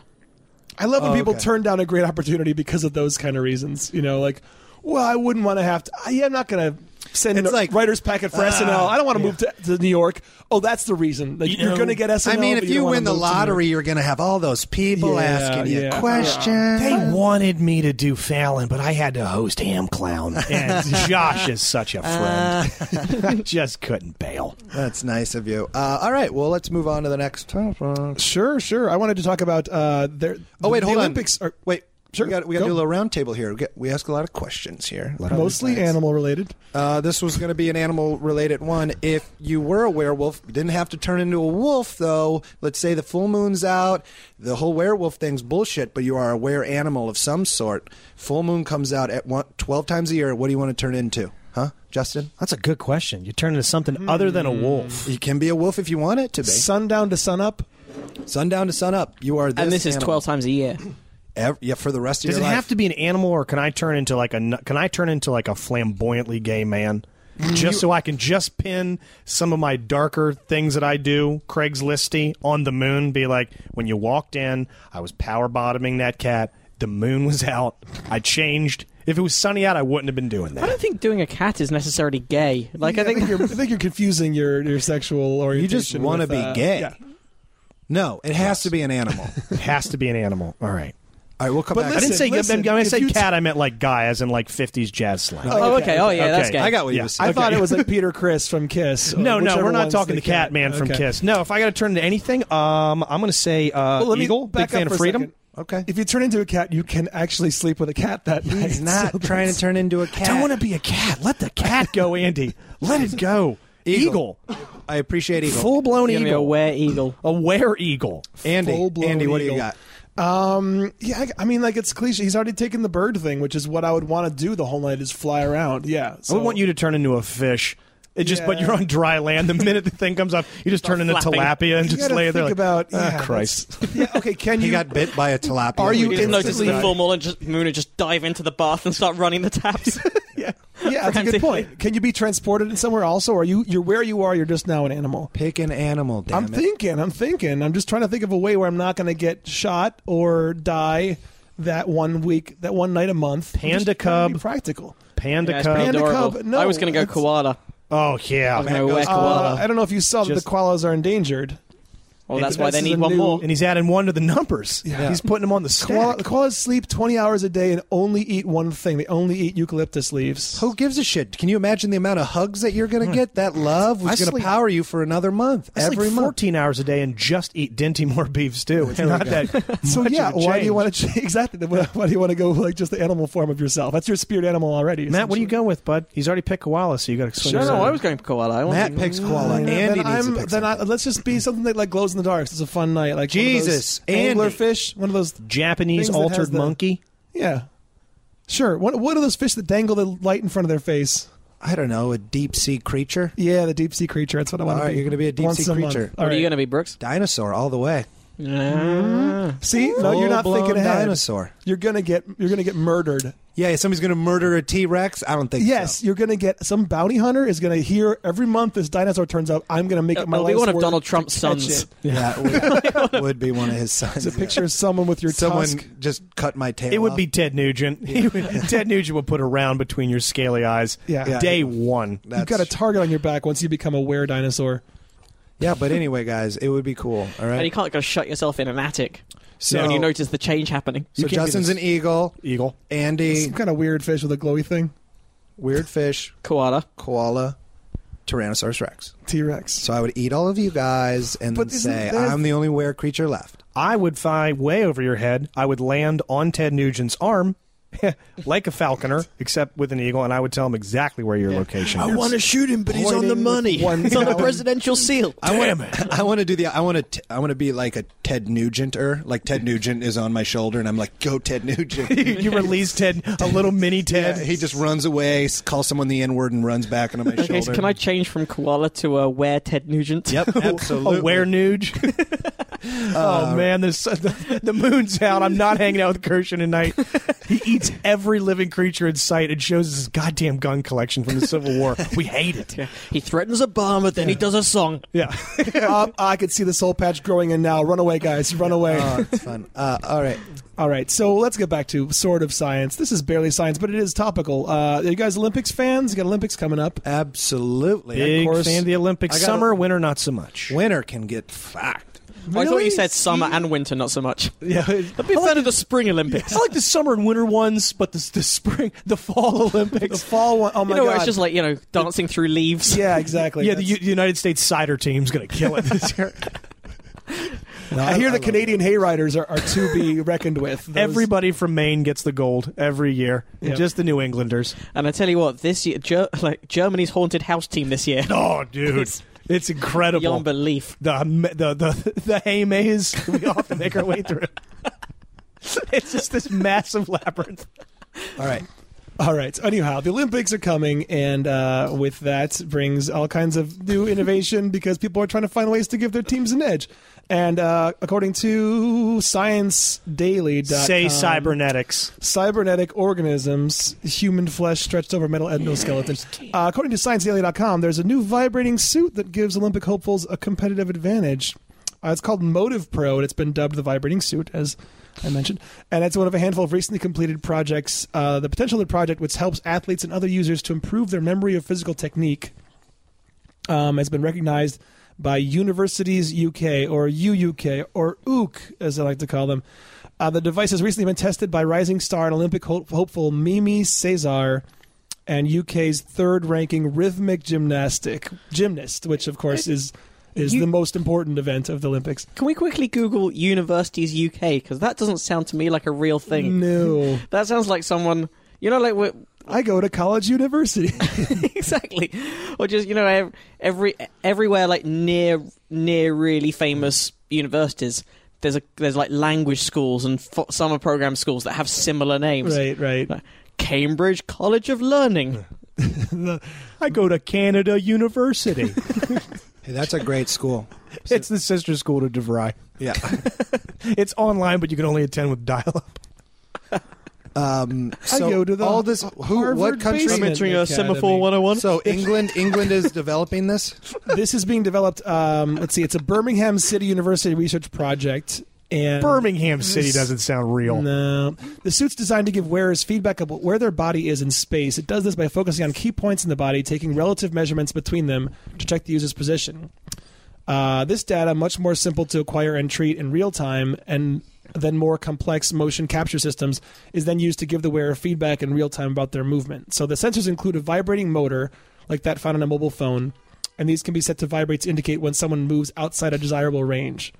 I love when Oh, people okay. turn down a great opportunity because of those kind of reasons. You know, like, well, I wouldn't want to have to. I, I'm not going to send It's a like, uh, writer's packet for SNL. I don't want to move to, to New York. Oh, that's the reason. Like, You you are know, going to get SNL. I mean, but if don't you wanna win the move to New York. lottery, you're going to have all those people Yeah, asking you yeah. questions. They Uh-huh. wanted me to do Fallon, but I had to host Ham Clown. And Josh is such a friend. Uh. I just couldn't bail. That's nice of you. Uh, all right, well, let's move on to the next topic. Sure, sure. I wanted to talk about uh, their. Oh wait, the hold Olympics on. Are wait, Sure, we got we got to go. do a little round table here. We, get, we ask a lot of questions here. A lot of mostly insights. animal related. Uh, this was going to be an animal related one. If you were a werewolf, you didn't have to turn into a wolf though. Let's say the full moon's out, the whole werewolf thing's bullshit, but you are a were animal of some sort. Full moon comes out at one, 12 times a year. What do you want to turn into? Huh? Justin? That's a good question. You turn into something other than a wolf. You can be a wolf if you want it to be. Sundown to sunup. Sundown to sun up. You are this and this is animal. 12 times a year. Ev- yeah, for the rest of Does your it life. have to be an animal, or can I turn into like a nu- can I turn into like a flamboyantly gay man? Mm, Just so I can just pin some of my darker things that I do, Craigslisty, on the moon. Be like, when you walked in, I was power bottoming that cat. The moon was out. I changed. If it was sunny out, I wouldn't have been doing that. I don't think doing a cat is necessarily gay. Like, I think you're, I think you're confusing your, your sexual you orientation. just want to with, be uh, gay. yeah. No, it has to be an animal. All It has to be an animal. All right. right, we'll come But back. I didn't Listen, say listen, when I if you said t- cat, I meant like guy, as in like fifties jazz slang. Oh, okay. Oh, yeah, that's Okay. gay. I got what you Yeah. were I saying. thought it was like Peter Chris from Kiss. or no, no, whichever we're not one's talking the cat, man from Okay. Kiss. No, if I got to turn into anything, um, I'm gonna say uh, Well, let me eagle. back Big up fan for a of freedom. second. Okay. If you turn into a cat, you can actually sleep with a cat that night. He's not So trying to turn into a cat. Don't want to be a cat. Let the cat go, Andy. Let it go. Eagle. Eagle, I appreciate eagle. full blown you're gonna be a eagle, were eagle. a were eagle. Andy, Full-blown Andy, what do you eagle. got? Um. Yeah. I- I mean, like it's cliche. He's already taken the bird thing, which is what I would want to do the whole night is fly around. Yeah. I So. would want you to turn into a fish. It just, but Yeah. you're on dry land. The minute the thing comes up, you just turn into flapping. tilapia and You just gotta lay there think like, about "Ah, yeah, Christ. that's- Yeah. Okay. Can He you? got bit by a tilapia. Are you We Just didn't notice instantly- do the that. full moon and just, moon and just dive into the bath and start running the taps. Yeah. Yeah. That's a good Frantic. point. Can you be transported in somewhere also? Or you? You're where you are. You're just now an animal. Pick an animal. Damn I'm it. thinking. I'm thinking. I'm just trying to think of a way where I'm not going to get shot or die that one week, that one night a month. I'm just Panda trying to be cub. practical. Panda Yeah, it's cub. pretty Panda adorable. cub, no, I was going to go it's- koala. Oh I yeah, was going to wear Uh, koala. I don't know if you saw that Just- the koalas are endangered. Well, And that's he- why they this is need a one new- more. And he's adding one to the numbers. He's putting them on the Koala, stack. the koalas sleep 20 hours a day and only eat one thing. They only eat eucalyptus leaves. Who gives a shit? Can you imagine the amount of hugs that you're going Hmm. to get? That love I was going sleep- to power you for another month, I sleep every month. 14 hours a day and just eat Dinty more beef stew. It's not that So much yeah, of a why do you change. want to change? exactly? then Why why do you want to go like just the animal form of yourself? That's your spirit animal already. Matt, what do you essentially. go with, bud? He's already picked koala, so you got to swing. No, his no, own. I was going for koala. I Matt wanted- picks koala. Yeah, Andy Mm. then needs I'm, to pick then something. I, let's just be something that like glows in the dark. It's a fun night. Like one of those Jesus, Andy. anglerfish, one of those. Japanese Things that has altered the- monkey. Yeah, sure. What what are those fish that dangle the light in front of their face? I don't know, a deep sea creature? Yeah, the deep sea creature. That's what I want All to right, be. you're gonna be a deep Once sea a month. creature. All What are you right. going to be, Brooks? Dinosaur all the way. See, no, you're not Full-blown thinking ahead. Dinosaur. You're gonna get you're gonna get murdered. Yeah, somebody's going to murder a T Rex? I don't think Yes, so. you're gonna get some bounty hunter is gonna hear every month this dinosaur turns up. I'm gonna make it my It'll be life's one of work Donald to Trump's catch sons. it. Yeah, would, would be one of his sons. It's a picture of someone with your Someone tusk. just cut my tail. It would off. be Ted Nugent. He would, Ted Nugent would put a round between your scaly eyes. Yeah. Yeah. Day one. That's- You've got a target on your back once you become a were dinosaur. yeah, but anyway, guys, it would be cool. All And you right. can't go shut yourself in an attic. So, when you notice the change happening. so you can't be Justin's this- an eagle. Eagle. Andy, Some kind of weird fish with a glowy thing. weird fish, Koala. koala, Tyrannosaurus Rex. T Rex. So I would eat all of you guys and But then isn't say, that- I'm the only were creature left. I would fly way over your head. I would land on Ted Nugent's arm like a falconer, except with an eagle, and I would tell him exactly where your location is. to shoot him, but he's on the money. He's on the presidential seal. I want to. I want to do the. I want to. I want to be like a Ted Nugenter. Like Ted Nugent is on my shoulder, and I'm like, "Go, Ted Nugent!" you release Ted, a little mini Ted. Yeah, he just runs away, s- calls someone the N word, and runs back onto my shoulder. Okay, so can I change from koala to uh, where Ted Nugent? Yep, absolutely. A where nuge? oh man, the, sun- the the moon's out. I'm not hanging out with Kirshen tonight. He eats every living creature in sight and shows his goddamn gun collection from the Civil War. We hate it. Yeah. He threatens a bomb, but then he does a song. Yeah. Up, Um, I could see the soul patch growing in now. Run away, guys. Run away. Oh, it's fun. Uh, all right. All right, so let's get back to sort of science. This is barely science, but it is topical. Uh, are you guys Olympics fans? You got Olympics coming up. Absolutely. Big course. fan of the Olympics. I gotta- Summer, winter, not so much. Winter can get fucked. I thought Really? you said summer and winter, not so much. Yeah. I'd be a fan of the Spring Olympics. I like the summer and winter ones, but the, the spring, the fall The Olympics. fall one. Oh my You know, where god! it's just like, you know, dancing through leaves. yeah, exactly. yeah, the U- That's- United States cider team's going to kill it this year. No, I hear the love Canadian hayriders are, are to be reckoned with. Those- Everybody from Maine gets the gold every year. Yeah. Just the New Englanders. And I tell you what, this year, Ger- like Germany's haunted house team this year. Oh, dude, it's incredible. Beyond belief. the um, the the the hay maze we all have to make our way through. it's just this massive labyrinth. it. All right. All right. So anyhow, the Olympics are coming, and uh, with that brings all kinds of new innovation because people are trying to find ways to give their teams an edge. And uh, according to ScienceDaily.com, Say cybernetics. cybernetic organisms, human flesh stretched over metal endoskeletons. Uh, according to ScienceDaily.com, there's a new vibrating suit that gives Olympic hopefuls a competitive advantage. Uh, it's called Motive Pro, and it's been dubbed the vibrating suit, as I mentioned. And it's one of a handful of recently completed projects. Uh, the potential of the project, which helps athletes and other users to improve their memory of physical technique, um, has been recognized by Universities UK or UUK or OOK, as I like to call them. Uh, the device has recently been tested by rising star and Olympic ho- hopeful Mimi Cesar and UK's third-ranking rhythmic gymnastic gymnast, which of course is is You- the most important event of the Olympics. Can we quickly Google Universities UK? Because that doesn't sound to me like a real thing. No, That sounds like someone, you know, like we're, I go to college university. exactly, or just you know ev- every everywhere like near near really famous universities. There's a there's like language schools and fo- summer program schools that have similar names. right, right. Like Cambridge College of Learning. I go to Canada University. Hey, that's a great school. it's the sister school to DeVry. Yeah. It's online, but you can only attend with dial-up. Um, so go to the all this. Who? What Harvard I'm basement. country? entering a Academy. semaphore 101. So England. England is developing this. this is being developed. Um, let's see, it's a Birmingham City University research project. And Birmingham City doesn't sound real. No. The suit's designed to give wearers feedback about where their body is in space. It does this by focusing on key points in the body, taking relative measurements between them to check the user's position. Uh, this data much more simple to acquire and treat in real time, and then more complex motion capture systems is then used to give the wearer feedback in real time about their movement. So the sensors include a vibrating motor, like that found on a mobile phone, and these can be set to vibrate to indicate when someone moves outside a desirable range.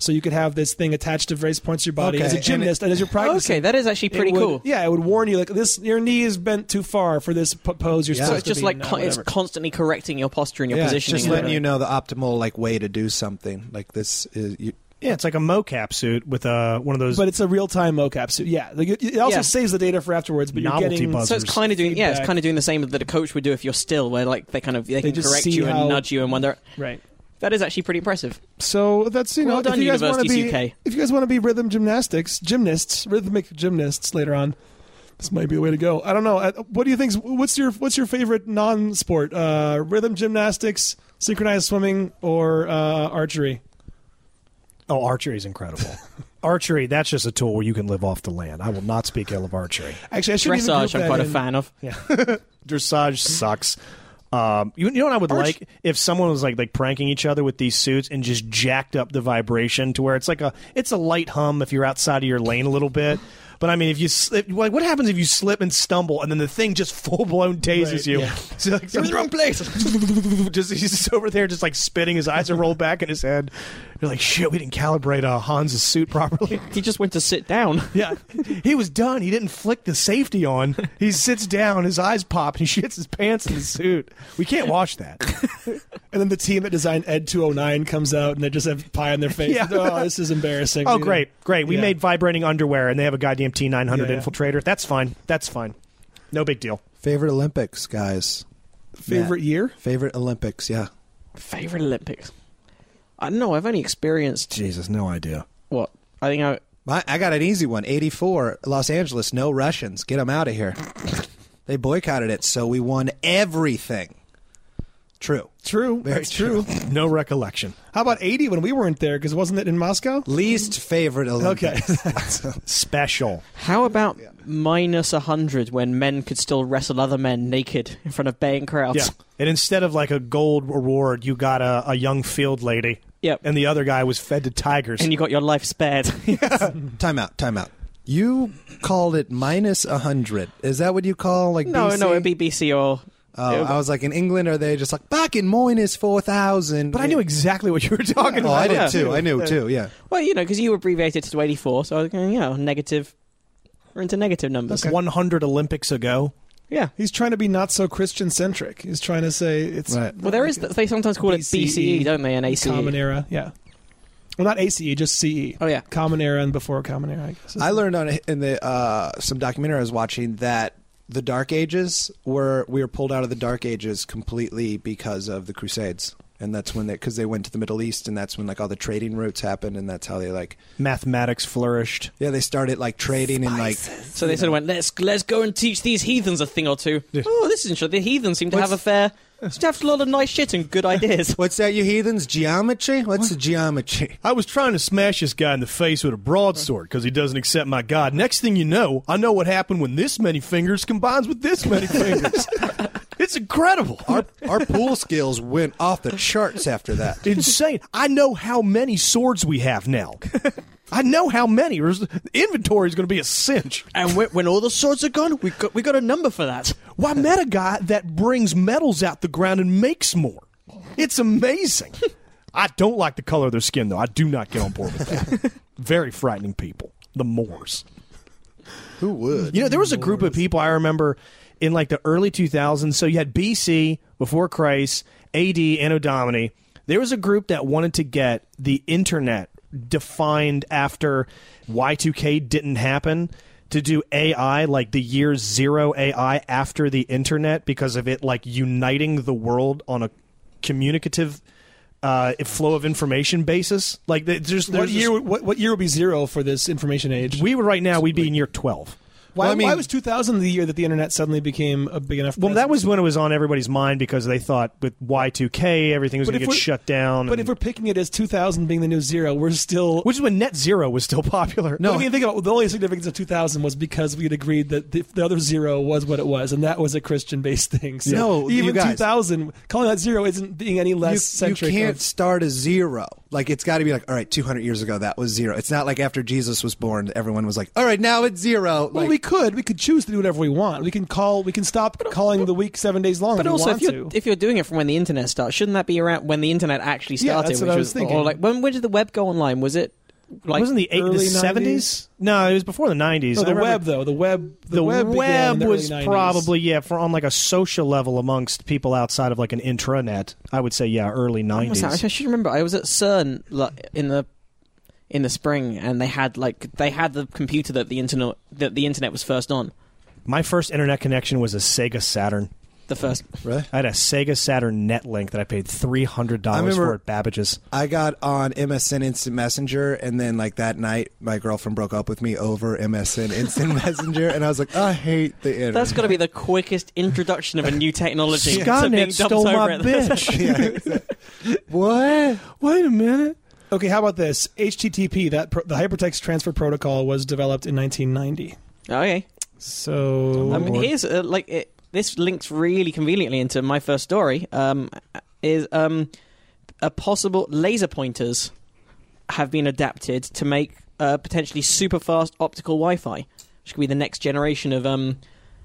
So you could have this thing attached to various points of your body Okay, as a and it- gymnast and, as you're practicing. Okay, that is actually it pretty would- cool. Yeah, it would warn you like this: your knee is bent too far for this p- pose. You're So supposed it's just to be like in, uh, con- it's whatever. constantly correcting your posture and your Yeah, it's positioning. just and letting everything. you know the optimal like way to do something. Like this is you, Yeah, it's like a mocap suit with uh, one of those. but it's a real time mocap suit. Yeah, like, it, it also Yeah. saves the data for afterwards. But Novelty you're getting buzz. So it's kind of doing yeah, it's Feedback. kind of doing the same that a coach would do if you're still, where like they kind of they, They can just correct see you how- and nudge you and wonder. right. That is actually pretty impressive. So that's you know Well done, if you guys want to Universities be UK. if you guys want to be rhythm gymnastics gymnasts rhythmic gymnasts later on, this might be the way to go. I don't know. Uh, What do you think? What's your what's your favorite non sport? Uh, rhythm gymnastics, synchronized swimming, or uh, archery? oh, archery is incredible. archery, that's just a tool where you can live off the land. I will not speak ill of archery. Actually, I should even group Dressage, I'm that quite a in. fan of. dressage sucks. Um, you, you know what I would Arch- like if someone was like like pranking each other with these suits and just jacked up the vibration to where it's like a it's a light hum if you're outside of your lane a little bit. But I mean, if you slip, like, what happens if you slip and stumble, and then the thing just full blown tases Right, you? yeah. So, like, You're in the wrong place. just he's just over there, just like spitting. His eyes are rolled back in his head. You're like, shit, we didn't calibrate uh, Hans's suit properly. He just went to sit down. Yeah, he was done. He didn't flick the safety on. He sits down, his eyes pop, and he shits his pants in the suit. We can't watch that. And then the team that designed Ed 209 comes out and they just have pie on their face. Yeah. Oh, this is embarrassing. Oh, You know? great, great. We Yeah. made vibrating underwear, and they have a goddamn T nine hundred Yeah, yeah. infiltrator. That's fine. That's fine. No big deal. favorite Olympics, guys. Favorite Matt. year? favorite Olympics. Yeah, Favorite Olympics? I don't know. I've only experienced Jesus, no idea. what I think. I My, I got an easy one. 84, Los Angeles, no Russians. Get them out of here. they boycotted it, so we won everything. True. True. Very That's true. No recollection. How about 80 when we weren't there? Because wasn't it in Moscow? Least favorite Okay. Olympics. Special. how about minus hundred when men could still wrestle other men naked in front of baying crowds? Yeah. And instead of like a gold reward, you got a, a young field lady. Yep. And the other guy was fed to tigers. And you got your life spared. time out. Time out. You called it minus 100. Is that what you call like no, BC? no, it'd be BC or Oh, I was like, in England, are they just like, back in minus 4,000? but I knew exactly what you were talking Oh, about. I did Yeah. too. I knew too, yeah. well, you know, because you abbreviated to eighty four, so I was going, you know, negative. We're into negative numbers. One hundred Olympics ago. Yeah. He's trying to be not so Christian centric. He's trying to say it's E. Right. Well, there is. They sometimes call it BCE, don't they? And E? ACE. Common era. Yeah. Well, not ACE, just CE. Oh yeah. Common era and before Common era, I guess. I learned on in the uh, some documentary I was watching that the Dark Ages were we were pulled out of the Dark Ages completely because of the Crusades, and that's when they because they went to the Middle East, and that's when like all the trading routes happened, and that's how they like Mathematics flourished. yeah they started like trading and like So they sort of went, let's let's go and teach these heathens a thing or two. Oh, this is interesting. The heathens seem to have a fair, seem to have a lot of nice shit and good ideas. what's that you heathens geometry? What's the geometry? I was trying to smash this guy in the face with a broadsword because he doesn't accept my God. Next thing you know, I know what happened when this many fingers combines with this many fingers. it's incredible. Our our pool skills went off the charts after that. Insane. I know how many swords we have now. I know how many. There's- Inventory is going to be a cinch. and when, when all the swords are gone, we got we got a number for that. Why met a guy that brings metals out the ground and makes more? It's amazing. I don't like the color of their skin, though. I do not get on board with that. Very frightening people. The Moors. Who would? You know, there was a group of people I remember in like the early 2000s. So you had BC before Christ, AD, Anno Domini. There was a group that wanted to get the internet defined after Y2K didn't happen to do AI like the year 0 AI after the internet because of it like uniting the world on a communicative uh, flow of information basis. Like there's, there's what this- year? would- What, what year would be zero for this information age? we would right now we'd be in year 12. Why, Well, I mean- why was 2000 the year that the internet suddenly became a big enough? Well, that presence? was when it was on everybody's mind because they thought with Y2K everything was But going to if get we're- shut down. But and- if we're picking it as 2000 being the new zero, we're still. which is when net zero was still popular. But No. I mean, think about the only significance of 2000 was because we had agreed that the, the other zero was what it was, and that was a Christian-based thing. So No, you even guys- 2000, calling that zero isn't being any less You, you centric. can't of- start a zero. Like it's got to be like, all right, 200 years ago that was zero. It's not like after Jesus was born, everyone was like, all right, now it's zero. well, Like- we could. We could choose to do whatever we want. We can call. We can stop calling the week seven days long. But if also, we if want you're to. if you're doing it from when the internet started, shouldn't that be around when the internet actually Yeah, started? that's what which I was thinking. Or like when when did the web go online? Was it like Wasn't the eight early the seventies? No, it was before the nineties. No, the web though the web the, The web, web, began in the was early 90s. probably yeah, for on like a social level amongst people outside of like an intranet. I would say yeah, early When was nineties. that? I should remember. I was at CERN like, in the in the spring, and they had like they had the computer that the internet that the internet was first on. My first internet connection was a Sega Saturn. The first. Really? I had a Sega Saturn Netlink that I paid three hundred I dollars remember- for at Babbage's. I got on MSN Instant Messenger, and then like that night, my girlfriend broke up with me over MSN Instant Messenger, and I was like, I hate the internet. That's got to be the quickest introduction of a new technology. to being Skynet dumped stole over my at the- bitch. what? Wait a minute. Okay, how about this? HTTP, that pro- the hypertext transfer protocol, was developed in 1990. Okay. So I mean, here's uh, like it, this links really conveniently into my first story. Um, is um, a possible laser pointers have been adapted to make uh, potentially super fast optical Wi-Fi, which could be the next generation of um,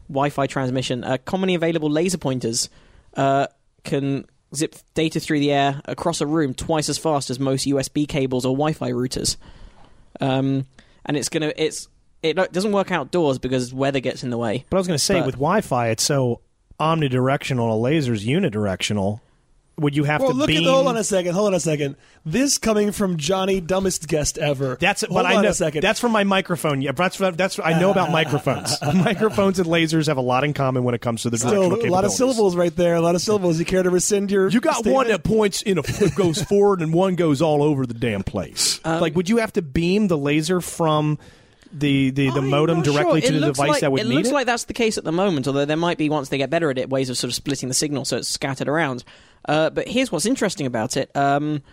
Wi-Fi transmission. Uh, commonly available laser pointers uh, can zip data through the air across a room twice as fast as most USB cables or Wi-Fi routers. Um, and it's gonna it's it lo- doesn't work outdoors because weather gets in the way. But I was going to say, But- with Wi-Fi, it's so omnidirectional. A laser's unidirectional. Would you have well, to look beam? at the, hold on a second, hold on a second. This coming from Johnny, dumbest guest ever. That's it. hold But I on know a second. that's from my microphone. Yeah, that's that's I know about microphones. microphones and lasers have a lot in common when it comes to the still a directional lot of capabilities. syllables right there. A lot of syllables. You care to rescind your? You got statement? one that points in a goes forward and one goes all over the damn place. Um, like, would you have to beam the laser from the the, the I'm modem not sure. directly It to the looks device like- that would it need looks it? like that's the case at the moment, although there might be, once they get better at it, ways of sort of splitting the signal so it's scattered around. Uh, but here's what's interesting about it. Um,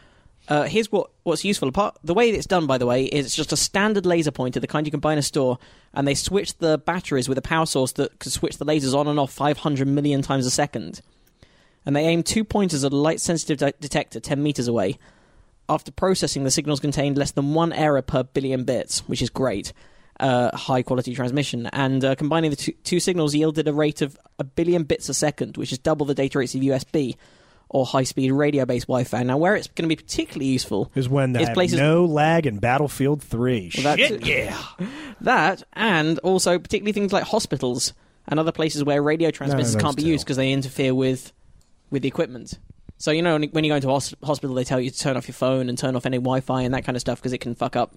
uh, here's what, what's useful. Apart, the way it's done, by the way, is it's just a standard laser pointer, the kind you can buy in a store, and they switch the batteries with a power source that can switch the lasers on and off 500 million times a second. And they aim two pointers at a light sensitive de- detector 10 meters away. After processing, the signals contained less than one error per billion bits, which is great. Uh, high quality transmission. And uh, combining the two, two signals yielded a rate of a billion bits a second, which is double the data rates of USB or high speed radio based Wi Fi. Now, where it's going to be particularly useful is when they It's have places- no lag in Battlefield Three. Well, that's Shit, it. yeah. that, and also particularly things like hospitals and other places where radio transmitters those can't be too. used because they interfere with with the equipment. So you know when- when you go into hos- hospital, they tell you to turn off your phone and turn off any Wi-Fi and that kind of stuff because it can fuck up.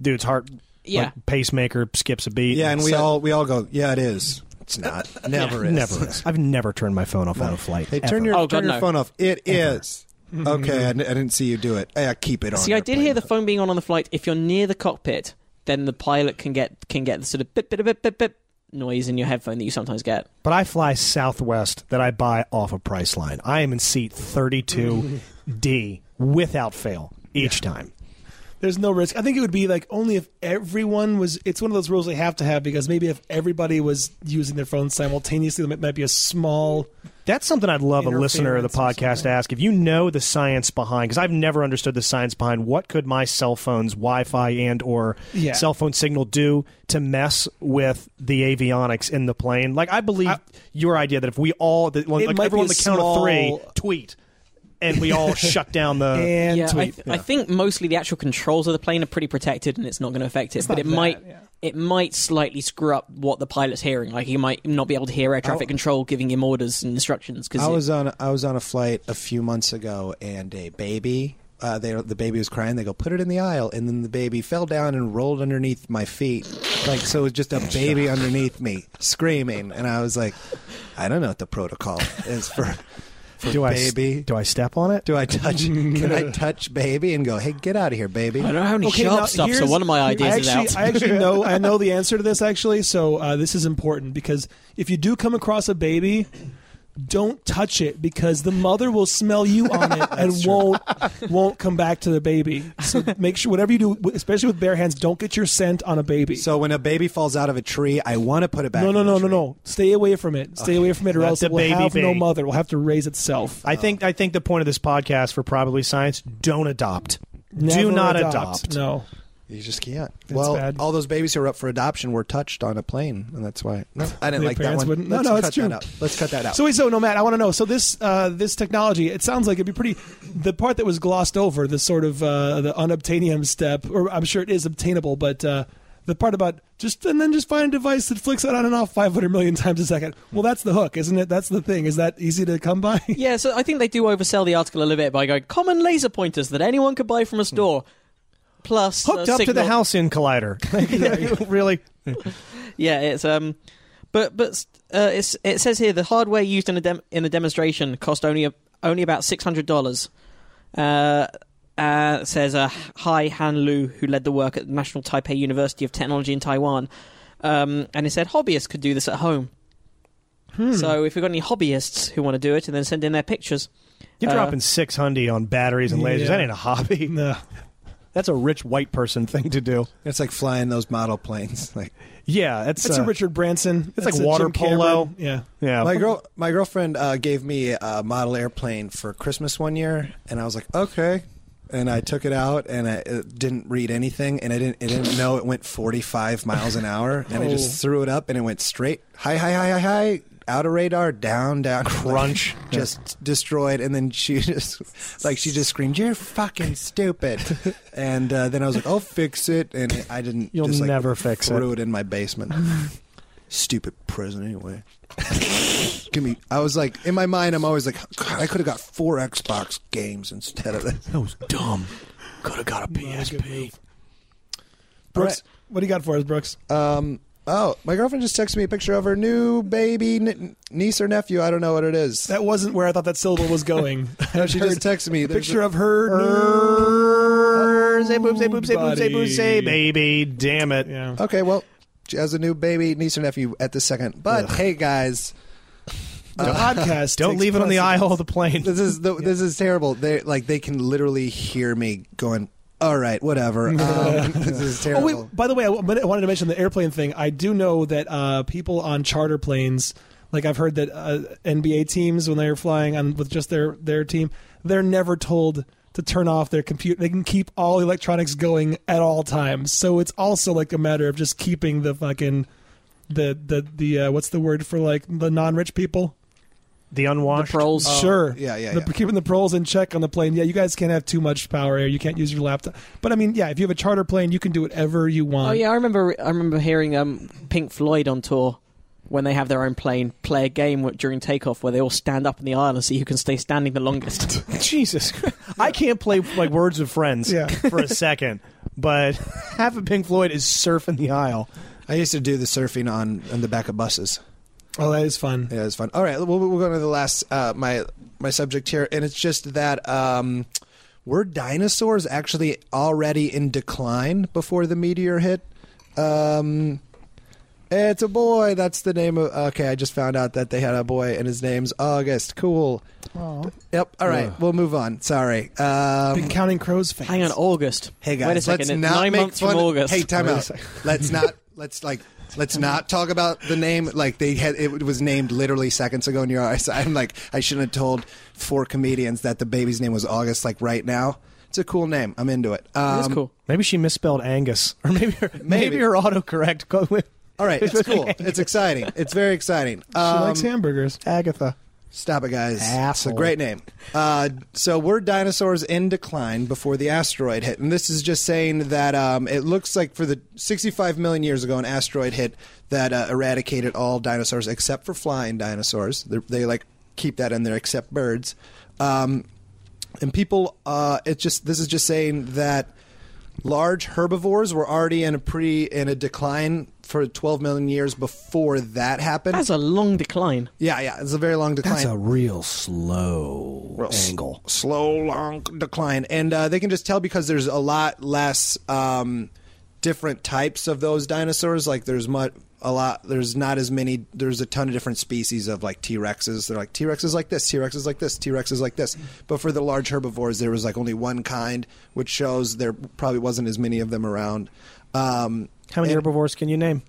Dude's heart, Yeah, like, pacemaker skips a beat. Yeah, and we So- all we all go. Yeah, it is. It's not. Never is. never. is. I've never turned my phone off on a flight. Hey, ever. turn your Oh, turn God, your no. phone off. It is. Okay, I, n- I didn't see you do it. Yeah, keep it on. See, I your did plane. hear the phone being on on the flight. If you're near the cockpit, then the pilot can get can get the sort of bit bit bit bit bit noise in your headphone that you sometimes get. But I fly Southwest that I buy off of Priceline. I am in seat 32D without fail each time. There's no risk. I think it would be like only if everyone was. It's one of those rules they have to have because maybe if everybody was using their phone simultaneously, it might be a small. That's something I'd love a listener of the Interference or podcast to ask. If you know the science behind, because I've never understood the science behind what could my cell phone's Wi-Fi and or Yeah. cell phone signal do to mess with the avionics in the plane. Like I believe I- your idea that if we all, that, It like might be everyone on a the count of three, small- tweet, and we all shut down the. And yeah, I, tweet. I think mostly the actual controls of the plane are pretty protected, and it's not going to affect it. but not it bad, might yeah. it might slightly screw up what the pilot's hearing. Like he might not be able to hear air traffic control giving him orders and instructions because I was on I was on a flight a few months ago, and a baby. Uh, they the baby was crying. They go put it in the aisle, and then the baby fell down and rolled underneath my feet, like so. It was just a baby underneath me screaming, and I was like, I don't know what the protocol is for. for do I s- baby? do I step on it? Do I touch? Can I touch baby and go? Hey, get out of here, baby. I don't have any Okay, sharp now stuff, so here's- one of my I ideas actually, is out. I actually know I know the answer to this actually, so uh, this is important because if you do come across a baby, don't touch it because the mother will smell you on it and won't won't come back to the baby. So make sure whatever you do, especially with bare hands, don't get your scent on a baby. So when a baby falls out of a tree, I want to put it back. no, no, in the no, no, tree. no. Stay away from it. Stay away from it, or Let else the it will baby have no be. mother. It will have to raise itself. I think I think the point of this podcast for probably science: don't adopt. Never do not adopt. No. You just can't. well, bad. all those babies who were up for adoption were touched on a plane, and that's why. No, I didn't Their like that parents one. wouldn't- no, Let's no, cut it's true. That out. Let's cut that out. So wait, so no, Matt, I want to know. So this uh, this technology, it sounds like it'd be pretty. The part that was glossed over, the sort of uh, the unobtainium step, or I'm sure it is obtainable, but uh, the part about just and then just find a device that flicks it on and off 500 million times a second. Well, that's the hook, isn't it? That's the thing. Is that easy to come by? Yeah, so I think they do oversell the article a little bit by going common laser pointers that anyone could buy from a store. Plus, uh, Hooked up to the signal- halcyon collider. really? Yeah, it's um, but but uh, it's it says here the hardware used in a dem- in a demonstration cost only a- only about six hundred dollars. Uh, uh, says uh, Hai Han Lu, who led the work at National Taipei University of Technology in Taiwan, um, and he said hobbyists could do this at home. So if we've got any hobbyists who want to do it and then send in their pictures, You're Uh, dropping six hundred on batteries and lasers. Yeah. That ain't a hobby. no. That's a rich white person thing to do. it's like flying those model planes. Like Yeah, that's That's uh, a Richard Branson. it's That's like a water Jim Cameron. polo. Yeah. Yeah, my girl, my girlfriend uh, gave me a model airplane for Christmas one year, and I was like, okay. And I took it out, and I it didn't read anything, and I didn't, I didn't know it went 45 miles an hour, and I Oh. just threw it up, and it went straight high, high, high, high, high, out of radar, down, down, Crunch. just destroyed. And then she just, like, she just screamed, "You're fucking stupid!" and uh, then I was like, "I'll fix it," and I didn't. You'll just, like, never fix it. Threw it in my basement. stupid present anyway. Give me. I was like, in my mind, I'm always like, God, I could have got four Xbox games instead of this. That was dumb. Could have got a Not a good move. All Brooks, what do you got for us, Brooks? Um. Oh, my girlfriend just texted me a picture of her new baby n- niece or nephew. I don't know what it is. That wasn't where I thought that syllable was going. No, she just texted me. a There's picture a- of her. Say boop, say boop, say boop, say boop, say Buddy. baby. Damn it. yeah. Okay, well, she has a new baby niece or nephew at the second. But hey, guys, The podcast. Don't takes leave it on the precedence. aisle of the plane. this is the, this is terrible. They like they can literally hear me going. All right, whatever. Um, this is Oh, terrible. wait, by the way, I w- I wanted to mention the airplane thing. I do know that uh, people on charter planes, like I've heard that uh, NBA teams, when they're flying on with just their their team, they're never told to turn off their computer. They can keep all electronics going at all times. So it's also like a matter of just keeping the fucking the the the uh, what's the word for like the non rich people. the unwashed. proles. sure. Oh, yeah, yeah, The, yeah. Keeping the pros in check on the plane. Yeah, you guys can't have too much power. You can't use your laptop. But I mean, yeah, if you have a charter plane, you can do whatever you want. Oh yeah, I remember. I remember hearing um, Pink Floyd on tour when they have their own plane play a game w- during takeoff where they all stand up in the aisle and see who can stay standing the longest. Jesus. I can't play like Words with Friends Yeah. for a second, but half of Pink Floyd is surfing the aisle. I used to do the surfing on on the back of buses. Oh, that is fun. Yeah, it was fun. All right, we'll, we'll go to the last uh, my my subject here, and it's just that um, were dinosaurs actually already in decline before the meteor hit? Um, it's a boy. That's the name of. Okay, I just found out that they had a boy, and his name's August. Cool. Yep. All right, we'll move on. Sorry. Been Um, counting crows fans. Hang on, August. hey guys, wait a 2nd let's not nine make months fun. from August. Hey, time Wait a out. sec- Let's not. Let's like. Let's not talk about the name. Like they had, it was named literally seconds ago in your eyes. I'm like, I shouldn't have told four comedians that the baby's name was August. Like right now, it's a cool name. I'm into it. Um, That's cool. Maybe she misspelled Angus, or maybe her, maybe. Maybe. her autocorrect. go with All right, it's cool. It's exciting. It's very exciting. She Um, likes hamburgers. Agatha. Stop it, guys. Asshole. It's a great name. Uh, so were dinosaurs in decline before the asteroid hit? And this is just saying that um, it looks like for the 65 million years ago, an asteroid hit that uh, eradicated all dinosaurs except for flying dinosaurs. They're, they like keep that in there except birds. Um, and people, uh, it just this is just saying that large herbivores were already in a pre in a decline for 12 million years before that happened. That's a long decline. yeah, yeah, it's a very long decline. That's a real slow Well, s- angle. slow, long decline, and uh, they can just tell because there's a lot less um, different types of those dinosaurs. Like there's mu a lot. There's not as many. There's a ton of different species of like T Rexes. They're like T Rexes like this, T Rexes like this, T Rexes like this. But for the large herbivores, there was like only one kind, which shows there probably wasn't as many of them around. Um, How many herbivores can you name?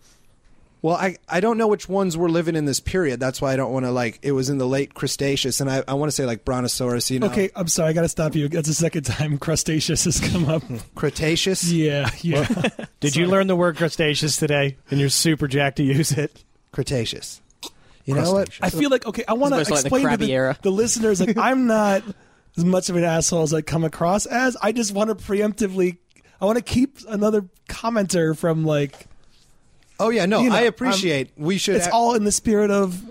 well, I, I don't know which ones were living in this period. That's why I don't want to like. It was in the late Cretaceous, and I, I want to say like Brontosaurus. You know, Okay, I'm sorry, I got to stop you. That's the second time crustaceous has come up. Cretaceous. yeah, yeah. Did you learn the word crustaceous today? And you're super jacked to use it. Cretaceous. You know what? I feel like okay. I want to It's like the explain to Krabby the, era. the listeners like I'm not as much of an asshole as I come across as. I just want to preemptively. I want to keep another commenter from like Oh yeah, no, You know, um, I appreciate. we should. it's act- all in the spirit of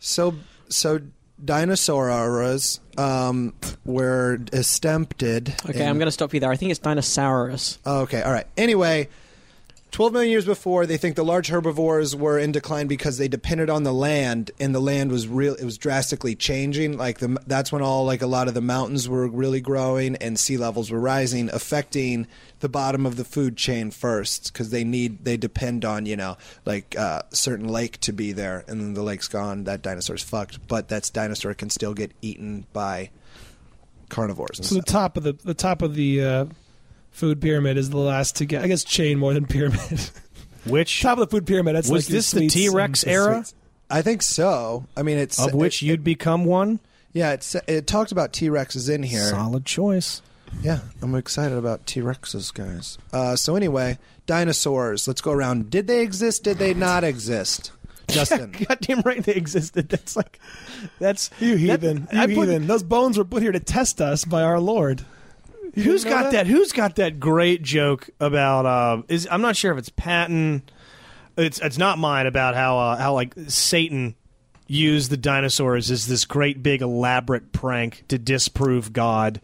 so so. Dinosauras um, were estempted. Okay, I'm going to stop you there. I think it's Dinosaurus. Okay, all right. Anyway, 12 million years before, they think the large herbivores were in decline because they depended on the land, and the land was real. It was drastically changing. Like the that's when all like a lot of the mountains were really growing, and sea levels were rising, affecting the bottom of the food chain first because they need they depend on you know like uh, certain lake to be there, and then the lake's gone. That dinosaur's fucked, but that dinosaur can still get eaten by carnivores. And so the stuff. top of the the top of the uh, food pyramid is the last to get. I guess chain more than pyramid. Which top of the food pyramid. That's was like your this the sweets and T Rex the era? sweets. I think so. I mean, it's Of which it- you'd become one? Yeah, it's, it talked about T Rexes in here. Solid choice. Yeah, I'm excited about T Rexes, guys. Uh, so, anyway, dinosaurs. Let's go around. Did they exist? Did they not exist? Justin. Goddamn right they existed. That's like that's You that- heathen! I you put- heathen! Those bones were put here to test us by our Lord. You Who's didn't know got that? Who's got that great joke about? Uh, is I'm not sure if it's Patton. It's it's not mine about how uh, how like Satan used the dinosaurs as this great big elaborate prank to disprove God.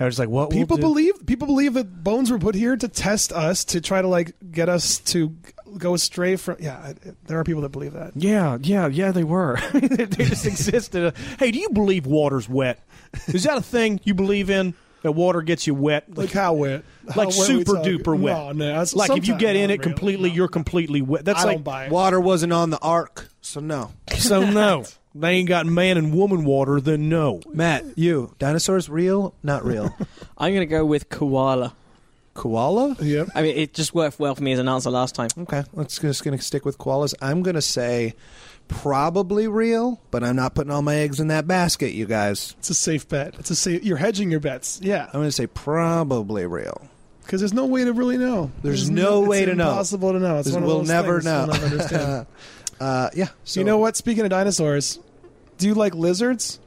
I was like, what will People do- believe people believe that bones were put here to test us to try to like get us to go astray from. Yeah, I- there are people that believe that. Yeah, yeah, yeah. They were. they just existed. hey, do you believe water's wet? Is that a thing you believe in? That water gets you wet? Like how wet? How wet like we super talking? duper wet. No, no, that's- like if you sometime, get in no, really, it completely, no. you're completely wet. I That's don't like buy it. Water wasn't on the ark, so no. so no. They ain't got man and woman water, then no. Matt, you. Dinosaurs real? Not real. I'm going to go with koala. Koala? Yep. I mean, it just worked well for me as an answer last time. Okay, let's just going to stick with koalas. I'm going to say probably real, but I'm not putting all my eggs in that basket, you guys. It's a safe bet. It's a safe. You're hedging your bets. Yeah, I'm going to say probably real. because there's no way to really know. There's no way it's to know. Impossible to know. It's There's- one of we'll those never things know. We'll never understand. Uh, yeah. So you know what? Speaking of dinosaurs, do you like lizards?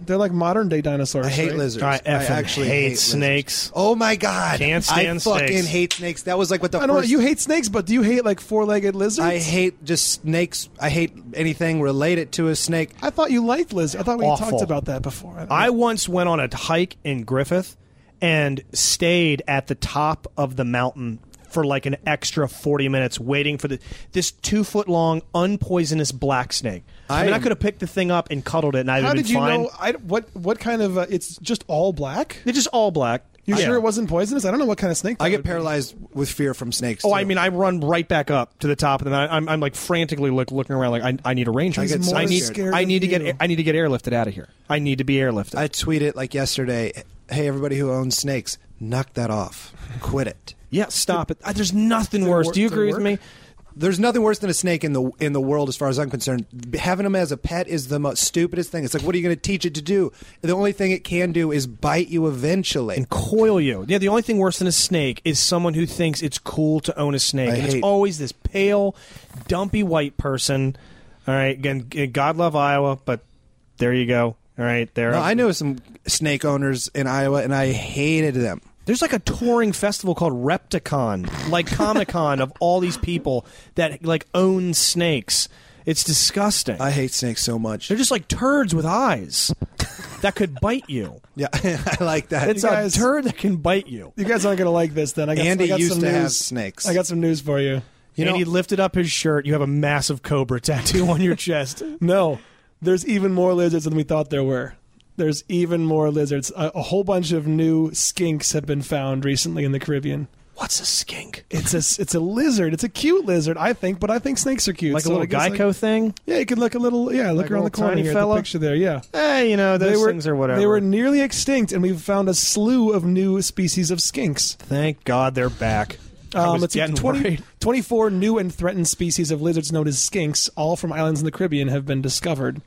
They're like modern day dinosaurs. I hate right? lizards. I effing actually hate lizards. snakes. Oh my god! Can't stand I fucking snakes. hate snakes. That was like what the I don't. know. first. You hate snakes, but do you hate like four legged lizards? I hate just snakes. I hate anything related to a snake. I thought you liked lizards. I thought we Awful. talked about that before. don't I once went on a hike in Griffith and stayed at the top of the mountain for like an extra 40 minutes waiting for the this two foot long unpoisonous black snake. I, I mean, I am- could have picked the thing up and cuddled it and I'd How have been did you fine. know? I, what what kind of? Uh, it's just all black. They're just all black. You Yeah. sure it wasn't poisonous? I don't know what kind of snake. I that get would be. paralyzed with fear from snakes. Oh, I too. mean, I run right back up to the top of the mountain. I'm, I'm like frantically look, looking around, like I, I need a ranger. I get so I need, scared I of need to you. get, I need to get airlifted out of here. I need to be airlifted. I tweeted like yesterday. Hey, everybody who owns snakes, knock that off. Quit it. yeah, stop it. I, there's nothing it worse. work? Do you Did it agree with work? me? There's nothing worse than a snake in the in the world, as far as I'm concerned. B- Having them as a pet is the most stupidest thing. It's like, what are you going to teach it to do? The only thing it can do is bite you eventually. and coil you. Yeah, the only thing worse than a snake is someone who thinks it's cool to own a snake. I and hate- it's always this pale, dumpy white person. All right, again, g- God love Iowa, but there you go. All right, there. No, I know some snake owners in Iowa, and I hated them. There's like a touring festival called Repticon, like Comic Con of all these people that like own snakes. It's disgusting. I hate snakes so much. They're just like turds with eyes that could bite you. Yeah, I like that. It's guys- a turd that can bite you. You guys aren't gonna like this. Then I got, Andy I got used some to news. have snakes. I got some news for you. You and know- he lifted up his shirt. You have a massive cobra tattoo on your chest. No, there's even more lizards than we thought there were. There's even more lizards. A, a whole bunch of new skinks have been found recently in the Caribbean. What's a skink? It's a it's a lizard. It's a cute lizard, I think. But I think snakes are cute. Like so a I little guess, like- Geico thing? yeah, you can look a little. Yeah, look Like a around little the corner tiny here at fella? the picture there. Yeah, Eh, you know, those they were things are whatever. They were nearly extinct, and we've found a slew of new species of skinks. Thank God they're back. I Um, was let's see, getting 20 worried. 24 new and threatened species of lizards known as skinks, all from islands in the Caribbean, have been discovered.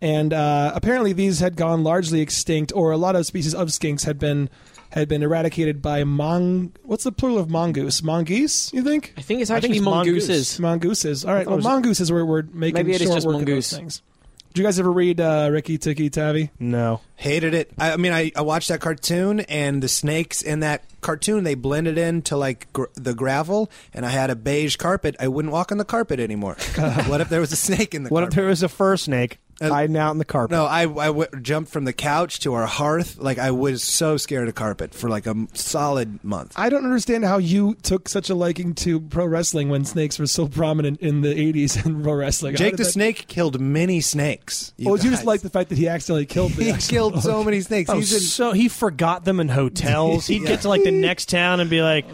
And uh, apparently, these had gone largely extinct, or a lot of species of skinks had been had been eradicated by mong. What's the plural of mongoose? Mongoose? You think? I think it's think actually it's mongoose. mongooses. Mongooses. All right. thought Well, it was- mongooses were we're making Maybe it is short just work mongoose. of those things. Did you guys ever read uh, Ricky Tikki Tavi? No. Hated it. I, I mean, I, I watched that cartoon, and the snakes in that cartoon they blended into like gr- the gravel, and I had a beige carpet. I wouldn't walk on the carpet anymore. what if there was a snake in the? What if carpet? there was a fur snake hiding out in the carpet? No, I, I w- jumped from the couch to our hearth. Like I was so scared of carpet for like a m- solid month. I don't understand how you took such a liking to pro wrestling when snakes were so prominent in the 80s in pro wrestling. How Jake did the that- snake killed many snakes. Oh, you just guys. like the fact that he accidentally killed the he actual- killed so many snakes. Oh, He's in, so he forgot them in hotels. He'd get to like the next town and be like,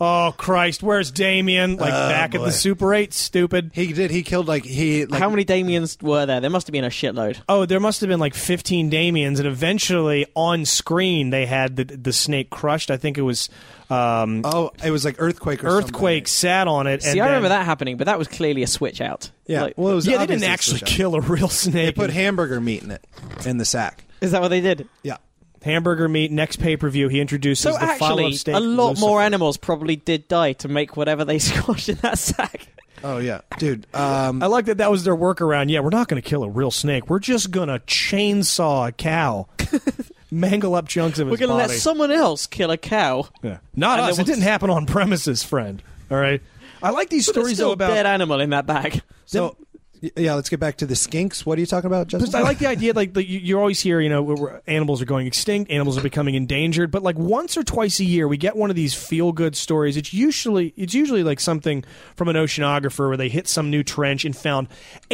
"Oh Christ, where's Damien?" Like back at boy. the Super Eight, stupid. he did. He killed like he. Like, How many Damians were there? There must have been a shitload. Oh, there must have been like 15 Damiens, and eventually on screen they had the the snake crushed. I think it was um, Oh, it was like earthquake. Or earthquake sat on it. See, and I remember then- that happening, but that was clearly a switch out. Yeah. Like- well, it was Yeah, they didn't obviously actually switch up. kill a real They snake. put hamburger meat in it in the sack. is that what they did? Yeah. hamburger meat. Next pay per view, he introduces So the follow-up actually, steak. a lot more Lucifer. animals probably did die to make whatever they squashed in that sack. Oh yeah, dude. Um, I like that that was their workaround. Yeah, we're not going to kill a real snake. We're just going to chainsaw a cow, mangle up chunks of We're its going to let body. someone else kill a cow. Yeah. Not And us. then It we'll- didn't happen on premises, friend. All right. I like these There's stories still though a about dead animal in that bag. so y- yeah, let's get back to the skinks. What are you talking about, Justin? Just, I like the idea, like the, you, you always hear, you know, where- where animals are going extinct, animals are becoming endangered. But like once or twice a year, we get one of these feel good stories. It's usually it's usually like something from an oceanographer where they hit some new trench and found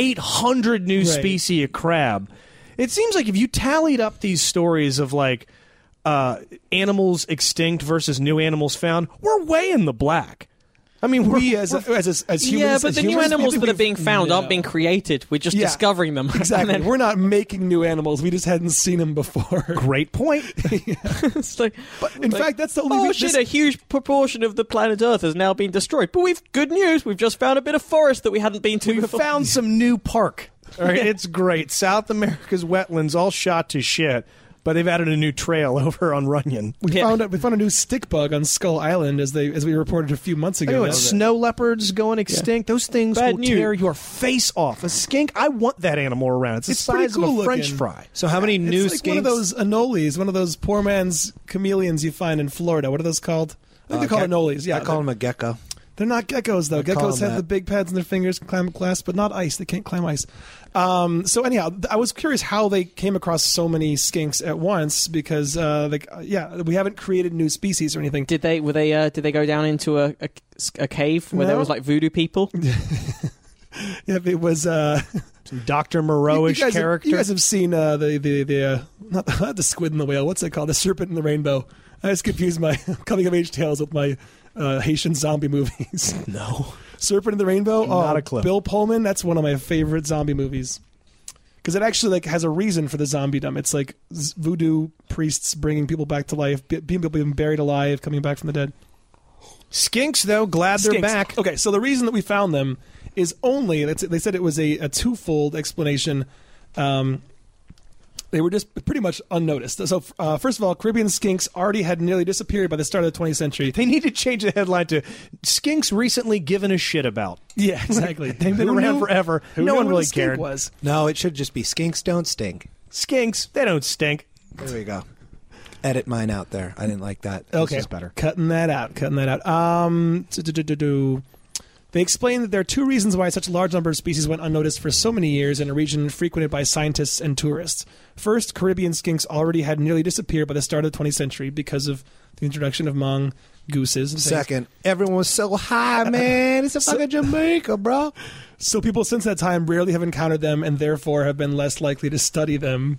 800 new species of crab. It seems like if you tallied up these stories of like uh, animals extinct versus new animals found, we're way in the black. I mean, we're, We uh, as a, as a, as humans, yeah, but as the new humans, animals we- that are we- being found No. aren't being created. We're just Yeah. discovering them. Exactly. And then We're not making new animals. We just hadn't seen them before. great point. it's like, In like, fact, that's the only oh reason- shit, a huge proportion of the planet Earth has now been destroyed. But we've good news. We've just found a bit of forest that we hadn't been to We before. found some new park. All right, it's great. South America's wetlands all shot to shit, but they've added a new trail over on Runyon. We Yeah. found a, we found a new stick bug on Skull Island as they as we reported a few months ago. Oh, You know, That it's was it. snow leopards going extinct. Those things Bad will news. tear your face off. A skink, I want that animal around. It's the It's pretty size cool of a French looking. fry. so how many It's new like skinks? one of those anoles, one of those poor man's chameleons you find in Florida. What are those called? I Uh, think they're called anoles. Yeah, I call them a gecko. They're not geckos though. call geckos them that. have the big pads in their fingers, can climb glass, but not ice. They can't climb ice. Um, so anyhow, th- I was curious how they came across so many skinks at once because, uh, like, uh, yeah, we haven't created new species or anything. Did they were they uh, did they go down into a, a, a cave where there No. was like voodoo people? Yeah, it was uh, Some Dr. you, Moreau-ish guys have, character. you guys have seen uh, the the the uh, not, not the squid and the whale. What's it called? The serpent and the rainbow. I just confused my coming of age tales with my uh, Haitian zombie movies. no. Serpent in the Rainbow. Not oh, a clue. Bill Pullman. That's one of my favorite zombie movies because it actually like has a reason for the zombiedom. It's like z- voodoo priests bringing people back to life, be- being being buried alive, coming back from the dead. Skinks, though, glad they're Skinks. back. Okay, so the reason that we found them is only that's- they said it was a, a twofold explanation. Um, they were just pretty much unnoticed. So, uh, first of all, Caribbean skinks already had nearly disappeared by the start of the 20th century. They need to change the headline to Skinks recently given a shit about. Yeah, exactly. They've been Who around knew- forever. who no knew where one the really skink cared. Was No, it should just be skinks don't stink. Skinks, they don't stink. There we go. Edit mine out there. I didn't like that. Okay, is better. Cutting that out. Cutting that out. Um, do, do, do, do, do. They explain that there are two reasons why such a large number of species went unnoticed for so many years in a region frequented by scientists and tourists. First, Caribbean skinks already had nearly disappeared by the start of the 20th century because of the introduction of mongooses. and things. Second, everyone was so high, man. It's a fucking Jamaica, bro. So people since that time rarely have encountered them and therefore have been less likely to study them.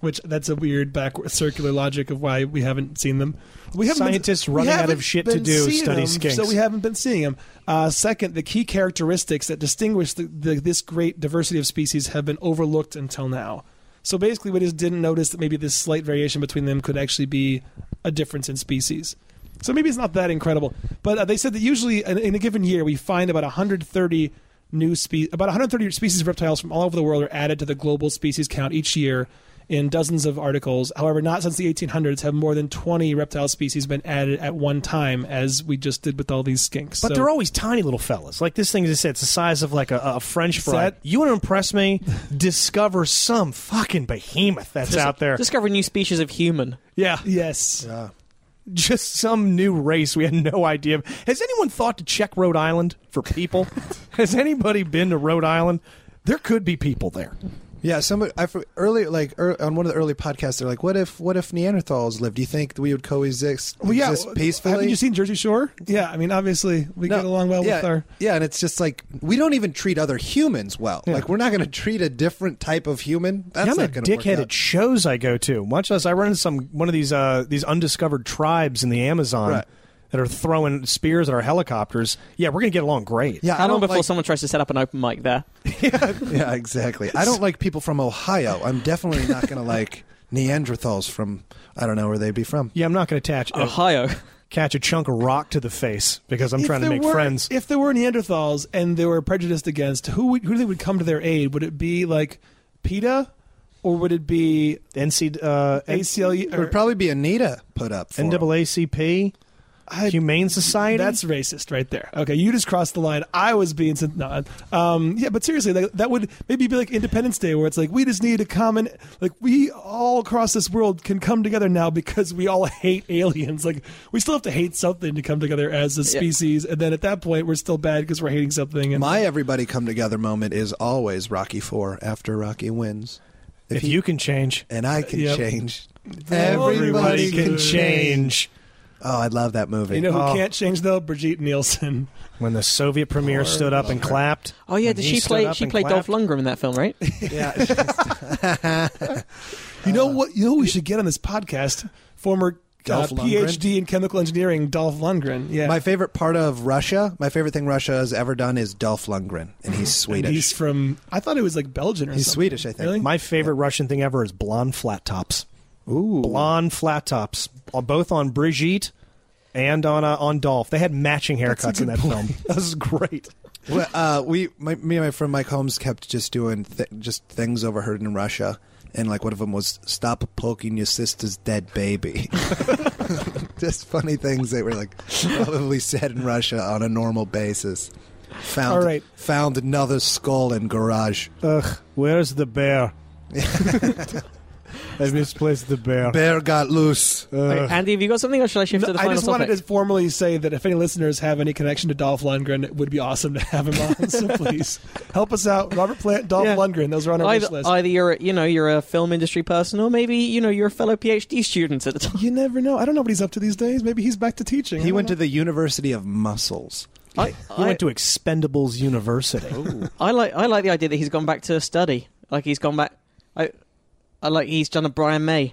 Which that's a weird backward circular logic of why we haven't seen them. We haven't Scientists we running out of haven't shit to been do seeing study them, skinks. So we haven't been seeing them. Uh, second, the key characteristics that distinguish the, the, this great diversity of species have been overlooked until now. So basically, we just didn't notice that maybe this slight variation between them could actually be a difference in species. So maybe it's not that incredible. But uh, they said that usually in, in a given year, we find about 130 new species, about 130 species of reptiles from all over the world are added to the global species count each year in dozens of articles. However, not since the 1800s have more than 20 reptile species been added at one time, as we just did with all these skinks. So- But they're always tiny little fellas. Like this thing, as I said, it's the size of like a, a French fry. Set. You want to impress me? Discover some fucking behemoth that's out there. Discover new species of human. yeah, yes. just some new race we had no idea. of. Has anyone thought to check Rhode Island for people? Has anybody been to Rhode Island? There could be people there. Yeah, somebody I for- early like ear on one of the early podcasts, they're like, "What if what if Neanderthals lived? Do you think we would coexist Well, yeah. exist peacefully?" Haven't you seen Jersey Shore? Yeah. I mean, obviously, we No, get along well yeah, with our. yeah, and it's just like we don't even treat other humans well. Like we're not going to treat a different type of human. That's That's not the going to work. dickheaded out. shows I go to. Much less I run into some one of these uh, these undiscovered tribes in the Amazon Right. that are throwing spears at our helicopters. Yeah, we're gonna get along great. Yeah, I How long don't before like- someone tries to set up an open mic there? yeah, exactly. I don't like people from Ohio. I'm definitely not going to like Neanderthals from I don't know where they'd be from. Yeah, I'm not gonna attach uh, Ohio. catch a chunk of rock to the face because I'm If trying to there make were- friends. If there were Neanderthals and they were prejudiced against, who would, who do they would come to their aid? Would it be like PETA, or would it be NC uh, ACLU? It Or, would probably be Anita put up for 'em. NAACP, I- Humane Society. that's racist right there. Okay, you just crossed the line. I was being sen- no, um, yeah, but seriously, like, that would maybe be like Independence Day, where it's like we just need a common, like we all across this world can come together now because we all hate aliens. Like we still have to hate something to come together as a species, and then at that point we're still bad because we're hating something. And My everybody come together moment is always Rocky Four after Rocky wins. if you can change, and I can Yep. change. Everybody everybody can can change. Oh, I love that movie. you know who Oh. can't change though? Brigitte Nielsen. When the Soviet premier stood up and clapped. Oh yeah, when did he she stood play? up She and played Dolph clapped. Lundgren in that film, right? yeah, You know what? You know who we should get on this podcast? Former uh, Dolph Lundgren? PhD in chemical engineering, Dolph Lundgren. Yeah, Oh, my favorite part of Russia, my favorite thing Russia has ever done is Dolph Lundgren, and he's And Swedish. he's from. I thought it was like Belgian or He's something. Swedish, I think. Really? My favorite Russian thing ever is blonde flat tops. Ooh, Blonde flat tops, uh, both on Brigitte and on uh, on Dolph. They had matching haircuts in that film. This is great. Well, uh, we, my, me and my friend Mike Holmes kept just doing th- just things overheard in Russia, and like one of them was "Stop poking your sister's dead baby." just funny things that were like probably said in Russia on a normal basis. Found All right. found another skull in garage. Ugh, where's the bear? I misplaced the bear. Bear got loose. Okay, Andy, have you got something, or should I shift No, to the I final just topic? wanted to formally say that if any listeners have any connection to Dolph Lundgren, it would be awesome to have him on. So please help us out. Robert Plant, Dolph Yeah. Lundgren. Those are on our wish Either, list. either you're a, you know you're a film industry person, or maybe you know you're a fellow PhD student at the time. you never know. I don't know what he's up to these days. Maybe he's back to teaching. He went to the University of Muscles. I, He I, went to Expendables University. I like I like the idea that he's gone back to study. Like he's gone back. I I like he's done a Brian May,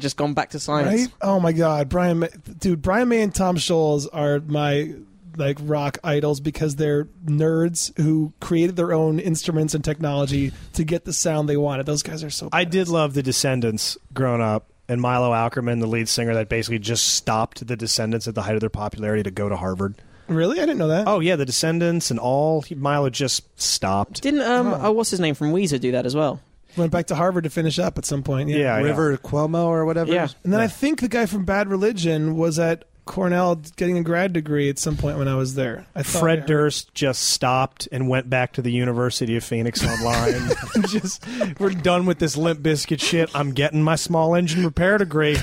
just gone back to science. right. Oh my God, Brian, May- dude, Brian May and Tom Scholes are my like rock idols because they're nerds who created their own instruments and technology to get the sound they wanted. Those guys are so. I did love The Descendants growing up, and Milo Ackerman, the lead singer, that basically just stopped The Descendants at the height of their popularity to go to Harvard. Really, I didn't know that. Oh yeah, The Descendants and all he- Milo just stopped. Didn't um oh. what's his name from Weezer do that as well? Went back to Harvard to finish up at some point. Yeah, yeah. River Cuomo or whatever. Yeah. And then I think the guy from Bad Religion was at Cornell getting a grad degree at some point when I was there. I thought I Fred heard- Durst just stopped and went back to the University of Phoenix online. just we're done with this limp biscuit shit. I'm getting my small engine repair degree.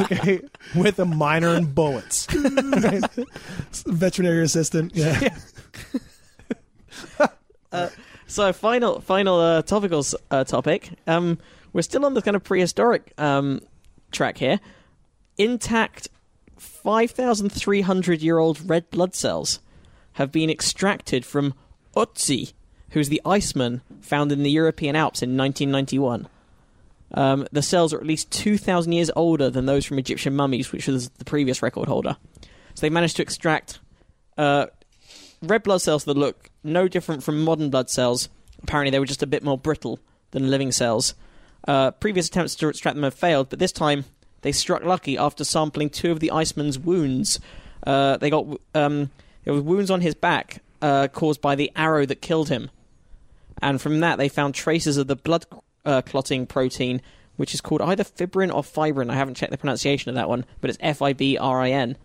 okay, with a minor in bullets. veterinary assistant. Yeah. So final final uh, topicals uh, topic. Um, we're still on the kind of prehistoric um, track here. Intact, five thousand three hundred year old red blood cells have been extracted from Otzi, who's the Iceman found in the European Alps in 1991. Um, the cells are at least 2,000 years older than those from Egyptian mummies, which was the previous record holder. So they managed to extract uh, red blood cells that look no different from modern blood cells. Apparently, they were just a bit more brittle than living cells. Uh, previous attempts to extract them have failed, but this time they struck lucky after sampling two of the Iceman's wounds. Uh, they got um, there were wounds on his back uh, caused by the arrow that killed him, and from that they found traces of the blood uh, clotting protein, which is called either fibrin or fibrin. I haven't checked the pronunciation of that one, but it's F I B R I N,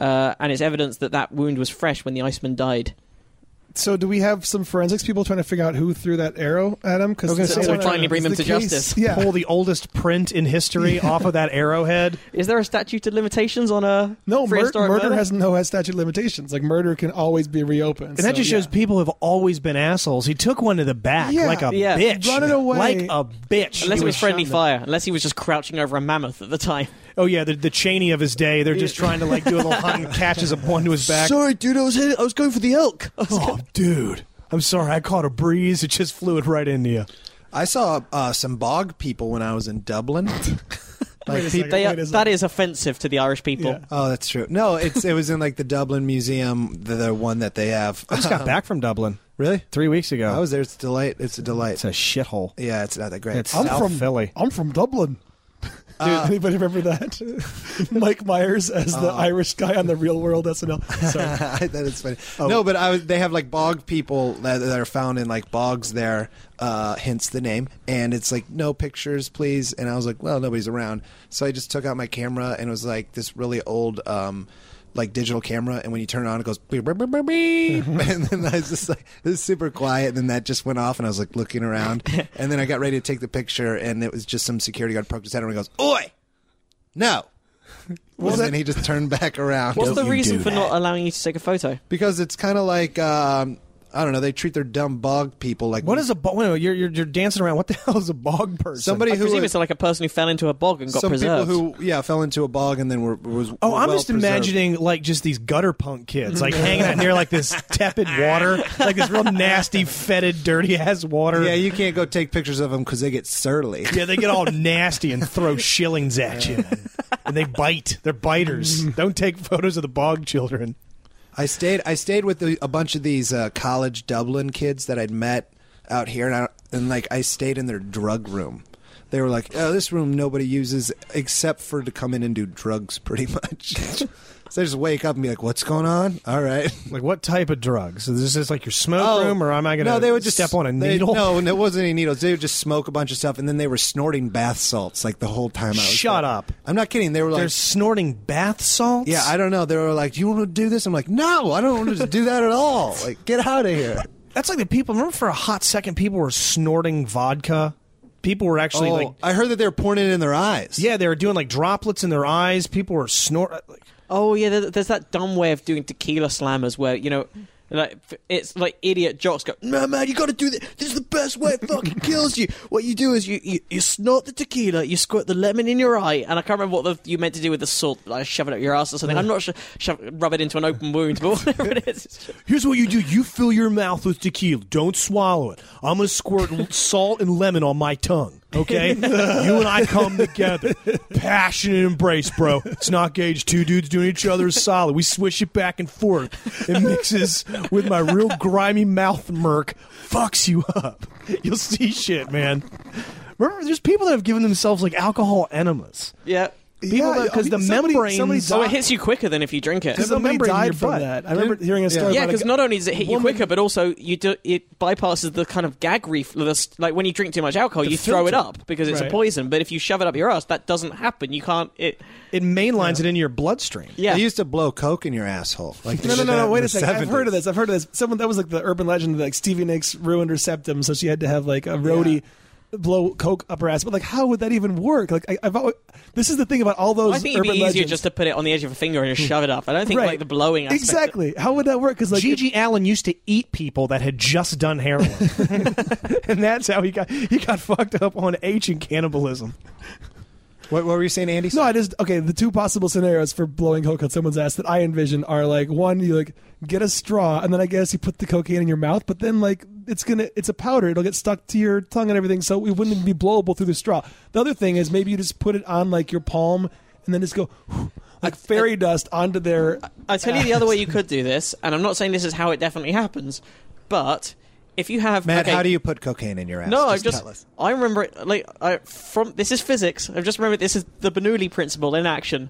uh, and it's evidence that that wound was fresh when the Iceman died. So, do we have some forensics people trying to figure out who threw that arrow at him? Because was gonna say, so we finally bring them to justice. Yeah, Pull the oldest print in history off of that arrowhead. Is there a statute of limitations on a no, mur- prehistoric murder has no has statute limitations. Like murder can always be reopened. And that just shows people have always been assholes. He took one to the back Yeah. like a Yeah. bitch. Run it away. Like a bitch. Unless He it was friendly shunned. fire. Unless he was just crouching over a mammoth at the time. Oh, yeah, the, the Cheney of his day. They're just trying to like do a little hunt and catches a one to his back. dude. I was I was going for the elk. oh, dude. I'm sorry. I caught a breeze. It just flew it right into you. I saw uh, some bog people when I was in Dublin. Wait a second, They are, wait a second. that is offensive to the Irish people. Yeah. oh, that's true. No, it's it was in like the Dublin Museum, the, the one that they have. I just got back from Dublin really? three weeks ago. I was there. It's a delight. It's a delight. it's a shithole. Yeah, it's not that great. It's I'm South from Philly. I'm from Dublin. Dude, Uh, anybody remember that? Mike Myers as the Irish guy on the Real World SNL. Sorry. that is funny. Oh. No, but I was, they have like bog people that, that are found in like bogs there, uh, hence the name. And it's like no pictures, please. And I was like, well, nobody's around, so I just took out my camera and it was like this really old. Um, like digital camera, and when you turn it on, it goes beep, beep, beep, beep, beep. and then I was just like, this is super quiet. And then that just went off, and I was like looking around, and then I got ready to take the picture, and it was just some security guard poked his head, and he goes, "Oi, no!" and then he just turned back around. What's Don't the you reason do for that not allowing you to take a photo? because it's kind of like um, I don't know. They treat their dumb bog people like What is a bog? Wait, a minute, you're, you're you're dancing around. What the hell is a bog person? somebody I who presume was- it's like a person who fell into a bog and got some preserved. people who yeah fell into a bog and then were was Oh, were I'm well just preserved. imagining like just these gutter punk kids like hanging out near like this tepid water, like this real nasty, fetid, dirty ass water. Yeah, you can't go take pictures of them because they get surly. Yeah, they get all nasty and throw shillings at you, and they bite. They're biters. Don't take photos of the bog children. I stayed. I stayed with the, a bunch of these uh, college Dublin kids that I'd met out here, and I, and like I stayed in their drug room. They were like, "Oh, this room nobody uses except for to come in and do drugs, pretty much." so they just wake up and be like, "What's going on?" All right. Like what type of drugs? Is this just like your smoke room, or am I going to Oh. no, they would just step on a they- needle? no, and it wasn't any needles. They would just smoke a bunch of stuff, and then they were snorting bath salts like the whole time. I was Shut there. up. I'm not kidding. They were like, They're snorting bath salts. yeah, I don't know. They were like, do you want to do this? I'm like, no, I don't want to do that at all. Like, get out of here. That's like the people. Remember, for a hot second, people were snorting vodka. People were actually Oh, like I heard that they were pouring it in their eyes. Yeah, they were doing like droplets in their eyes. People were snorting. Oh yeah, there- there's that dumb way of doing tequila slammers where you know, like f- it's like idiot jocks go. No man, you got to do this. This is the best way. It fucking kills you. What you do is you, you you snort the tequila, you squirt the lemon in your eye, and I can't remember what the, you meant to do with the salt, like shove it up your ass or something. I'm not sure. Shove, rub it into an open wound, but whatever it is. it's- Here's what you do: you fill your mouth with tequila. Don't swallow it. I'm gonna squirt l- salt and lemon on my tongue. Okay, you and I come together, passionate embrace, bro. It's not gauge. Two dudes doing each other is solid. We swish it back and forth. It mixes with my real grimy mouth murk. Fucks you up. You'll see shit, man. Remember, there's people that have given themselves like alcohol enemas. Yeah. People Yeah, that- I mean, the somebody- membranes. somebody Oh, it hits you quicker than if you drink it. the Somebody membrane in died your from butt. that. I remember hearing a story. Yeah, about a because guy- not only does it hit woman- you quicker, but also you do it bypasses the kind of gag reflex. Like when you drink too much alcohol, you throw it filter. up because it's Right. a poison. But if you shove it up your ass, that doesn't happen. You can't. It. It mainlines it into your bloodstream. Yeah. They used to blow coke in your asshole. Like they No, no, did that no, no! in Wait the a second. I've 70s. heard of this. I've heard of this. Someone that was like the urban legend that like Stevie Nicks ruined her septum, so she had to have like a roadie blow coke up her ass, but like, how would that even work? Like, I, I've always, this is the thing about all those I think it'd urban be easier legends. just to put it on the edge of a finger and just shove it up. I don't think right. like the blowing aspect- exactly. How would that work? Because like, Gigi Allen used to eat people that had just done heroin, and that's how he got he got fucked up on ancient cannibalism. What, what were you saying, Andy? No, I just okay. The two possible scenarios for blowing coke on someone's ass that I envision are like one, you like get a straw, and then I guess you put the cocaine in your mouth, but then like it's gonna it's a powder, it'll get stuck to your tongue and everything, so it wouldn't even be blowable through the straw. The other thing is maybe you just put it on like your palm and then just go like fairy dust onto their. I tell you the other way you could do this, and I'm not saying this is how it definitely happens, but if you have Matt, okay, how do you put cocaine in your ass? No, just, I've just tell us. I remember it like I from this is physics. I've just remembered this is the Bernoulli principle in action.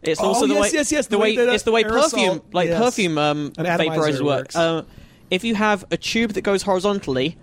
It's Oh, also the yes, way yes, yes, the, way, that uh, it's the way aerosol- perfume like yes. perfume um An atomizer vaporizers work. works. Um, if you have a tube that goes horizontally,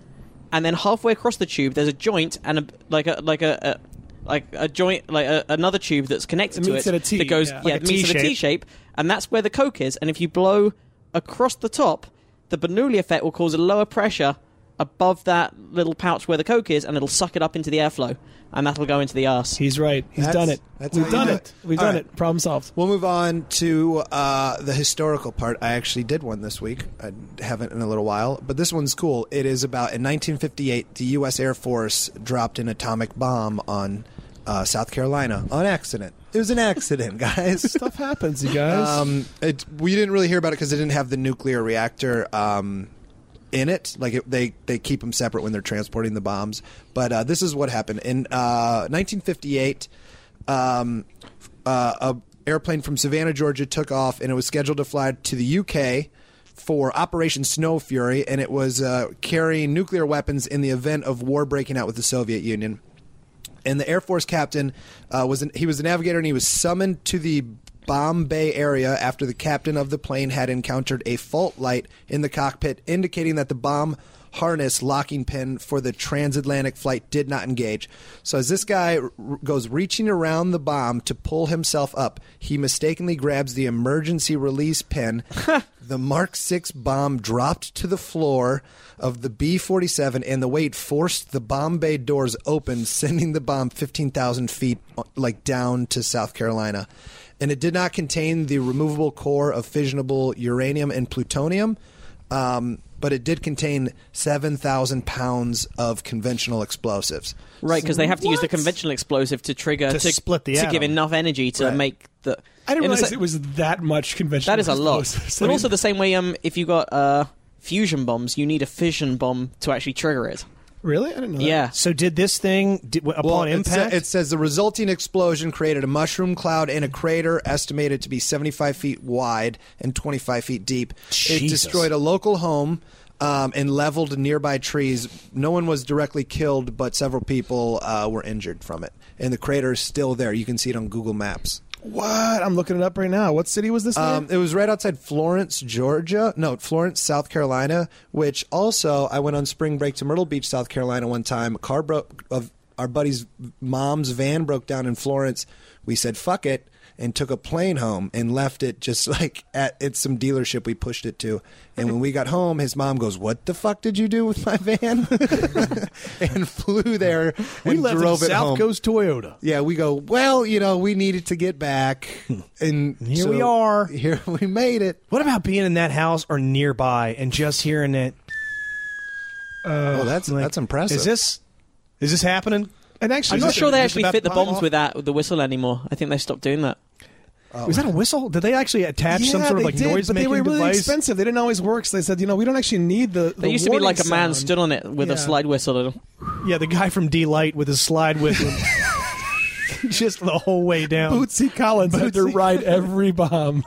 and then halfway across the tube there's a joint and a like a like a, a like a joint like a, another tube that's connected It to meets in it a T, that goes yeah. yeah, Like a it meets in a T-shape. T shape, and that's where the coke is. And if you blow across the top, the Bernoulli effect will cause a lower pressure above that little pouch where the coke is, and it'll suck it up into the airflow, and that'll go into the arse. He's right. He's That's- done it. that's We've how you done do it. it. We've All done right. it. Problem solved. We'll move on to uh, the historical part. I actually did one this week. I haven't in a little while, but this one's cool. It is about in 1958, the U.S. Air Force dropped an atomic bomb on uh, South Carolina on accident. It was an accident, guys. Stuff happens, you guys. Um, it, we didn't really hear about it because it didn't have the nuclear reactor um, in it. Like it, they they keep them separate when they're transporting the bombs. But uh, this is what happened in uh, 1958. Um, uh, a airplane from Savannah, Georgia, took off and it was scheduled to fly to the UK for Operation Snow Fury, and it was uh, carrying nuclear weapons in the event of war breaking out with the Soviet Union and the Air Force captain uh, was an, he was a navigator and he was summoned to the Bombay area after the captain of the plane had encountered a fault light in the cockpit indicating that the bomb harness locking pin for the transatlantic flight did not engage. So as this guy r- goes reaching around the bomb to pull himself up, he mistakenly grabs the emergency release pin. the Mark 6 bomb dropped to the floor of the B 47, and the weight forced the bomb bay doors open, sending the bomb 15,000 feet like down to South Carolina. And it did not contain the removable core of fissionable uranium and plutonium, um, but it did contain 7,000 pounds of conventional explosives. Right, because they have to use the conventional explosive to trigger To split the to give atom. enough energy to Right. make the. I didn't in the realize sa- it was that much conventional. That is a lot. explosives. I But mean, also the same way, um, if you got uh fusion bombs, you need a fission bomb to actually trigger it. really, I didn't know. that. Yeah. So did this thing did, upon Well, it uh, sa- impact? It, says the resulting explosion created a mushroom cloud and a crater estimated to be 75 feet wide and 25 feet deep. It Jesus. destroyed a local home um, and leveled nearby trees. No one was directly killed, but several people uh, were injured from it. And the crater is still there. You can see it on Google Maps. What? I'm looking it up right now. What city was this? Um, in? it was right outside Florence, Georgia. No, Florence, South Carolina. Which also, I went on spring break to Myrtle Beach, South Carolina, one time. A car broke of our buddy's mom's van broke down in Florence. We said fuck it and took a plane home and left it just like at it's some dealership we pushed it to. And when we got home, his mom goes, "What the fuck did you do with my van?" and flew there we and left drove in it South home. Coast Toyota. Yeah, we go, well, you know, we needed to get back. And Here so- we are. Here we made it. What about being in that house or nearby and just hearing it? Oh, that's like, that's impressive. Is this is this happening? and actually, I'm not just- sure they just actually about fit to the pop bombs off? with that with the whistle anymore. I think they stopped doing that. Was that a whistle? Did they actually attach Oh. yeah, some sort of they like did, noise but they making were really device? expensive. They didn't always work, so they said, you know, we don't actually need the. There used to be like a man stood on it with Yeah. a slide whistle. Yeah, the guy from D Light with his slide with him. Just the whole way down. Bootsy Collins had to Bootsy- ride every bomb.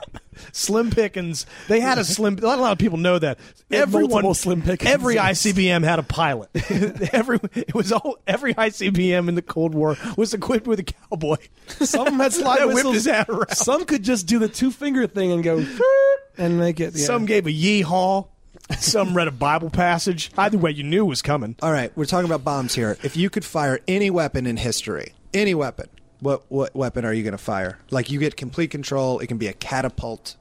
Slim Pickens. They had a slim. Not a lot of people know that. They had Everyone, multiple Slim Pickens, Every yes. ICBM had a pilot. every it was all. Every ICBM in the Cold War was equipped with a cowboy. Some of 'em had slide That whipped whistles. his hat around. Some could just do the two finger thing and go and make it. Yeah. Some gave a yeehaw. Some read a Bible passage. Either way, you knew it was coming. All right, we're talking about bombs here. If you could fire any weapon in history, any weapon, what what weapon are you going to fire? Like you get complete control. It can be a catapult,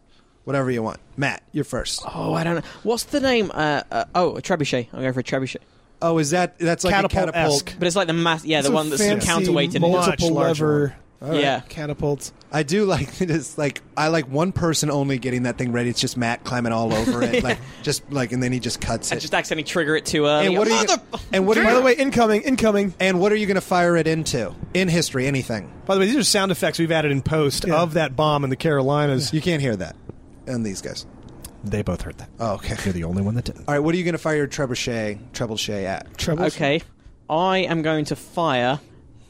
whatever you want. Matt, you're first. Oh, I don't know. What's the name? Uh, uh, oh, a trebuchet. I'm going for a trebuchet. Oh, is that that's like a Catapult-esque. catapult? But it's like the mass, yeah, It's the a one that's fancy counterweighted. multiple Much larger lever yeah, catapult. I do like that it's like I like one person only getting that thing ready. It's just Matt climbing all over it, like just like, and then he just cuts I it. just accidentally trigger it too early. and what are you? Gonna, and what are you? By the way, incoming, incoming. and what are you going to fire it into in history? Anything? By the way, these are sound effects we've added in post Yeah. of that bomb in the Carolinas. You can't hear that. And these guys. They both heard that. Oh, okay. You're the only one that didn't. All right. What are you going to fire your trebuchet trebuchet at? Trouble. Okay, I am going to fire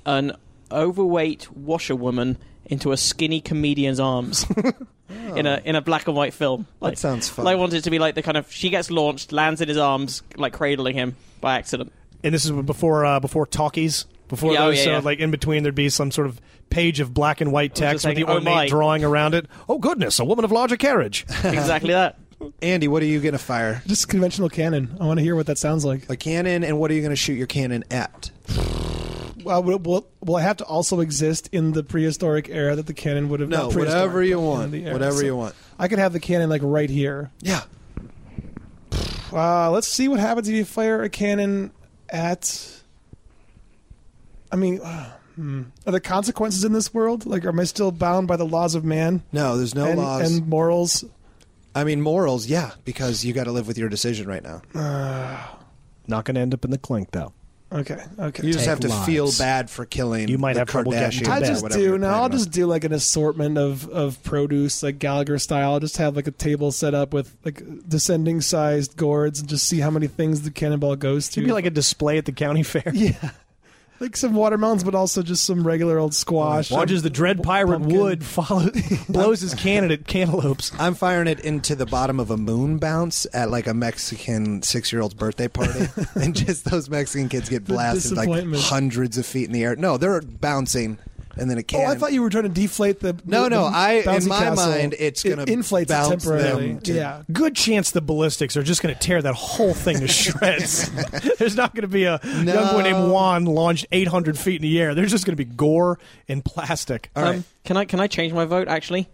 an overweight washerwoman into a skinny comedian's arms in a in a black and white film. Like, sounds fun. I want it to be like the kind of she gets launched, lands in his arms, like cradling him by accident. And this is before uh, before talkies. Before Yeah, oh, those, yeah, so yeah. like in between, there'd be some sort of page of black and white was text just with the thinking, oh, ornate my. drawing around it. Oh goodness, a woman of larger carriage. Exactly that. Andy, what are you going to fire? Just conventional cannon. I want to hear what that sounds like. A cannon, and what are you going to shoot your cannon at? Well, will, will, will I have to also exist in the prehistoric era that the cannon would have? No, not prehistoric, whatever you but in want. the era. Whatever So you want. I could have the cannon like right here. Yeah. Uh, let's see what happens if you fire a cannon at. I mean, uh, hmm. are there consequences in this world? Like, am I still bound by the laws of man No, there's no and, laws. and morals? I mean, morals, yeah, because you got to live with your decision right now. Not going to end up in the clink though. Okay, okay. You just Take have to lives. feel bad for killing. You might the have trouble getting Kardashians to or I bed, just whatever you're do now. I'll planning just do like an assortment of of produce, like Gallagher style. I'll just have like a table set up with like descending sized gourds, and just see how many things the cannonball goes to. It'd be like a display at the county fair. yeah, like some watermelons, but also just some regular old squash. Watches the dread pirate Pumpkin. Wood follow, blows his cannon at cantaloupes. on. I'm firing it into the bottom of a moon bounce at like a Mexican six-year-old's birthday party, and just those Mexican kids get blasted like disappointment. hundreds of feet in the air. No, they're bouncing, and then a Oh, cannon. I thought you were trying to deflate the. No, the no, I- in bouncy my castle. mind, it's It gonna inflates it bounce them temporarily. to- yeah, Good chance the ballistics are just going to tear that whole thing to shreds. There's not going to be a young boy named Juan launched 800 feet in the air. There's just going to be gore and plastic. All right. Um, can I can I change my vote actually?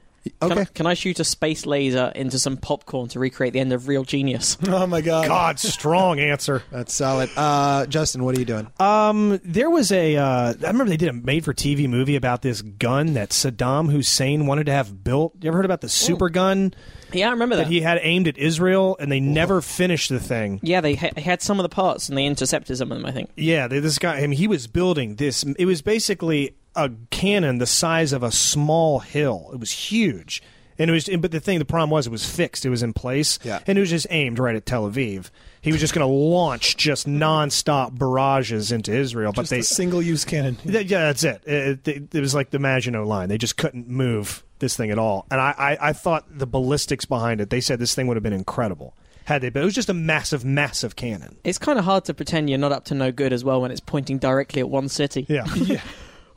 Can, Okay. I, can I shoot a space laser into some popcorn to recreate the end of Real Genius? Oh my god. God, strong answer. That's solid. Uh, Justin, what are you doing? Um, there was a. Uh, I remember they did a made-for-TV movie about this gun that Saddam Hussein wanted to have built. You ever heard about the super gun yeah, I remember that. that he had aimed at Israel, and they never finished the thing. yeah, they ha- had some of the parts and they intercepted some of them. I think. Yeah, th- this guy, I mean, he was building this. It was basically a cannon the size of a small hill. It was huge, and it was. But the thing, the problem was, it was fixed. It was in place, Yeah. and it was just aimed right at Tel Aviv. He was just going to launch just nonstop barrages into Israel, but Just they, a single use cannon. th- yeah, that's it. It, it. it was like the Maginot Line. They just couldn't move this thing at all. And I, I, I thought the ballistics behind it. They said this thing would have been incredible had they. But it was just a massive, massive cannon. It's kind of hard to pretend you're not up to no good as well when it's pointing directly at one city. Yeah.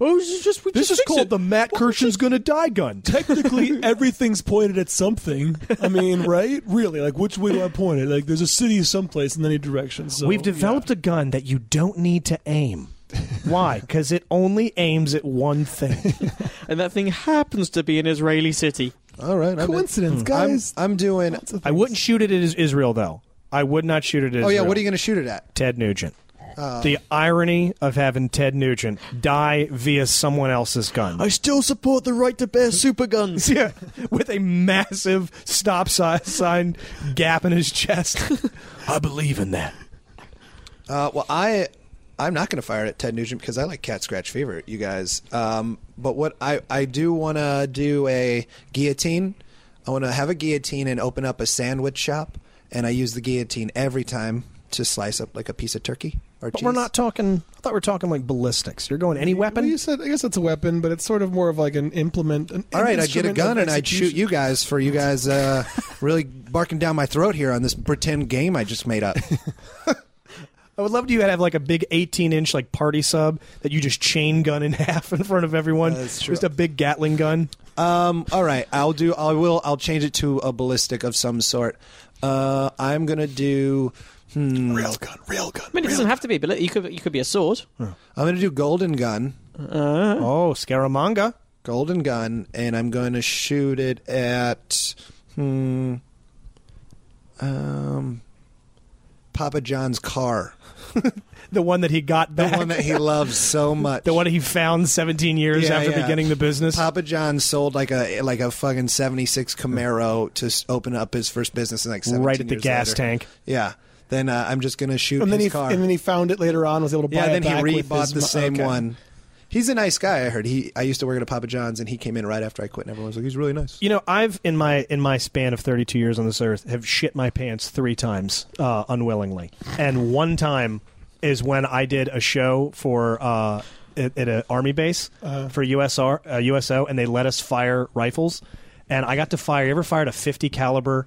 Oh, this is just we This just is fixed called it. the Matt Kirshen's gonna die gun. Technically, everything's pointed at something. I mean, right? Really? Like, which way do I point it? Like, there's a city someplace in any direction. So We've developed a gun that you don't need to aim. Why? Because it only aims at one thing. and that thing happens to be an Israeli city. All right, I'm in. Coincidence, I'm, guys. I'm doing. I wouldn't shoot it at Is- Israel though. I would not shoot it at Oh yeah, Israel. what are you going to shoot it at? Ted Nugent. the irony of having Ted Nugent die via someone else's gun. still support the right to bear super guns. yeah, with a massive stop si- sign gap in his chest. I believe in that. Uh, well, I I'm not going to fire at Ted Nugent because I like Cat Scratch Fever, you guys. Um, but what I I do want to do a guillotine. I want to have a guillotine and open up a sandwich shop, and I use the guillotine every time to slice up like a piece of turkey or But cheese. we're not talking. I thought we were talking like ballistics. You're going any Well, you weapon? said, I guess it's a weapon, but it's sort of more of like an implement. An All right, I'd get instrument a gun of and I'd shoot execution. you guys for you guys uh, really barking down my throat here on this pretend game I just made up. I would love to you have like a big 18 inch like party sub that you just chain gun in half in front of everyone. That's true. Just a big Gatling gun. Um, all right, I'll do. I will. I'll change it to a ballistic of some sort. Uh, I'm gonna do. Hmm, Real gun, real gun. I mean, it doesn't have to be, but you could you could be a sword. I'm gonna do golden gun, Oh, Scaramanga. golden gun, and I'm going to shoot it at. Hmm. Um. Papa John's car, The one that he got the back. one that he loves so much. the one he found 17 years Yeah, after yeah. beginning the business. Papa John sold like a like a fucking seventy six Camaro to s- open up his first business in like 17 Right at the years gas later. tank. Yeah. Then uh, I'm just gonna shoot And then his he car. and then he found it later on. Was able to buy yeah. Then it he back with his rebought the mo- same okay. one. He's a nice guy. I heard he. I used to work at a Papa John's, and he came in right after I quit, and everyone was like, "He's really nice." You know, I've in my in my span of 32 years on this earth have shit my pants three times uh, unwillingly, and one time is when I did a show for uh, at, at an army base for USR uh, USO, and they let us fire rifles, and I got to fire. You ever fired a 50 caliber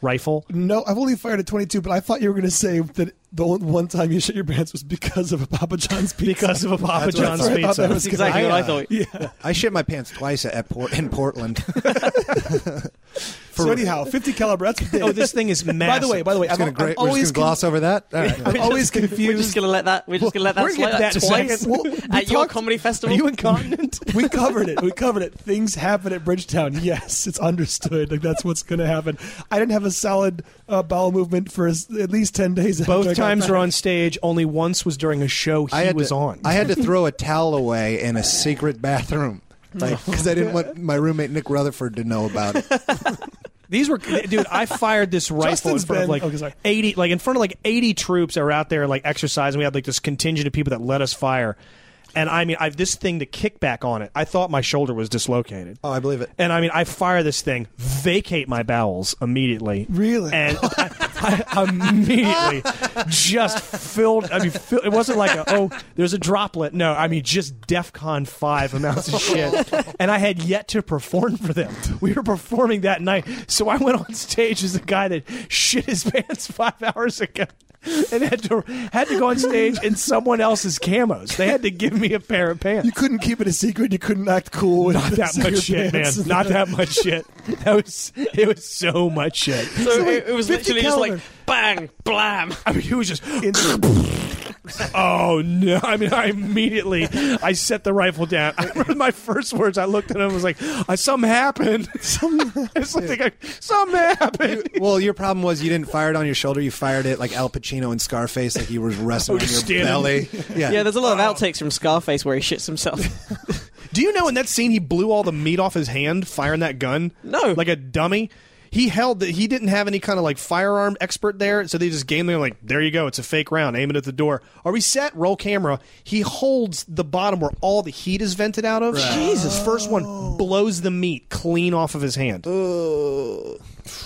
rifle? No, I've only fired at 22, but I thought you were going to say that the only one time you shit your pants was because of a Papa John's pizza. Because of a Papa That's what I John's thought. I pizza. thought that was That's exactly what I uh, thought. I shit my pants twice at port in Portland. so anyhow, 50 caliber. That's what they- oh, this thing is massive. By the way, by the way, Just I'm, gonna I'm gra- we're always just gonna gloss over that. All right. con- I'm always We're confused. just gonna let that. We're just gonna let that We're slide getting like that in a twice second. Well, we at your talked- comedy are festival. you incontinent? we covered it. We covered it. Things happen at Bridgetown. Yes, it's understood. Like that's what's going to happen. I didn't have a solid uh, bowel movement for as, at least ten days. after I Both got times back. were on stage. Only once was during a show he I had was to, on. I had to throw a towel away in a secret bathroom, like because I didn't want my roommate Nick Rutherford to know about it. These were, dude. I fired this rifle Justin's in front been- of like okay, sorry. eighty, like in front of like eighty troops that were out there like exercising. We had like this contingent of people that let us fire, and I mean, I've this thing the kickback on it. I thought my shoulder was dislocated, Oh, I believe it. and I mean, I fire this thing, vacate my bowels immediately, Really? and I, I immediately just filled. I mean, fill, it wasn't like a, oh, there's a droplet. No, I mean just DefCon five amounts of shit, and I had yet to perform for them. We were performing that night, so I went on stage as the guy that shit his pants five hours ago. And had to had to go on stage in someone else's camos. They had to give me a pair of pants You couldn't keep it a secret. You couldn't act cool with not the that much secret shit, man. pants. Not that much shit. That was it was so much shit. so it, it was 50 literally caliber. just like bang, blam. I mean, he was just. oh no! I mean, I immediately I set the rifle down. I remember my first words. I looked at him. and was like, "Uh, "Something happened. Something, it's like, I- something happened." Well, your problem was you didn't fire it on your shoulder. You fired it like Al Pacino in Scarface, like you were resting Oh, on your just standing. belly. Yeah. Yeah, there's a lot of outtakes from Scarface where he shits himself. Do you know in that scene he blew all the meat off his hand firing that gun? No. Like a dummy. He held that he didn't have any kind of like firearm expert there, so they just gave him like, there you go, it's a fake round, aim it at the door. Are we set? Roll camera. He holds the bottom where all the heat is vented out of. Jesus. First one blows the meat clean off of his hand.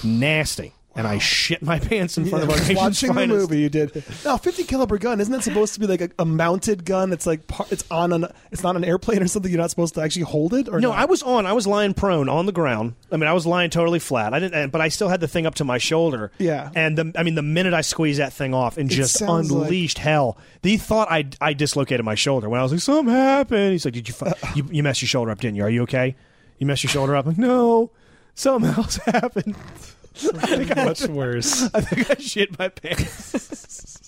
Nasty. And I shit my pants in front of our nation's watching the finest. movie you did now 50 caliber gun isn't that supposed to be like a, a mounted gun it's like par- it's on an it's not an airplane or something you're not supposed to actually hold it or No, not? I was on. I was lying prone on the ground. I mean, I was lying totally flat. I didn't, and- but I still had the thing up to my shoulder. Yeah. And the, I mean, the minute I squeezed that thing off and just sounds like- unleashed hell, he thought I I dislocated my shoulder. When I was like, "Something happened," he's like, "Did you fu- you you messed your shoulder up? Didn't you? Are you okay? You messed your shoulder up?" I'm like, no, something else happened. much worse I think I shit my pants.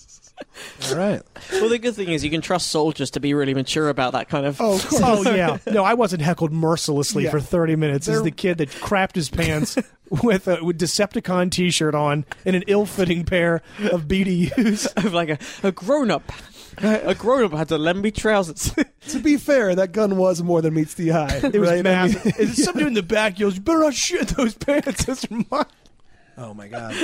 All right. well, the good thing is you can trust soldiers to be really mature about that kind of. oh of course oh yeah, no, I wasn't heckled mercilessly Yeah. for thirty minutes. Is There- the kid that crapped his pants with a with Decepticon T-shirt on and an ill-fitting pair of BDUs? of like a, a grown up. A grown up had to lend me trousers. to be fair that gun was more than meets the eye It was right? I mean, massive. And some dude in the back yells, "You better not shit those pants. Those are mine." Oh my god.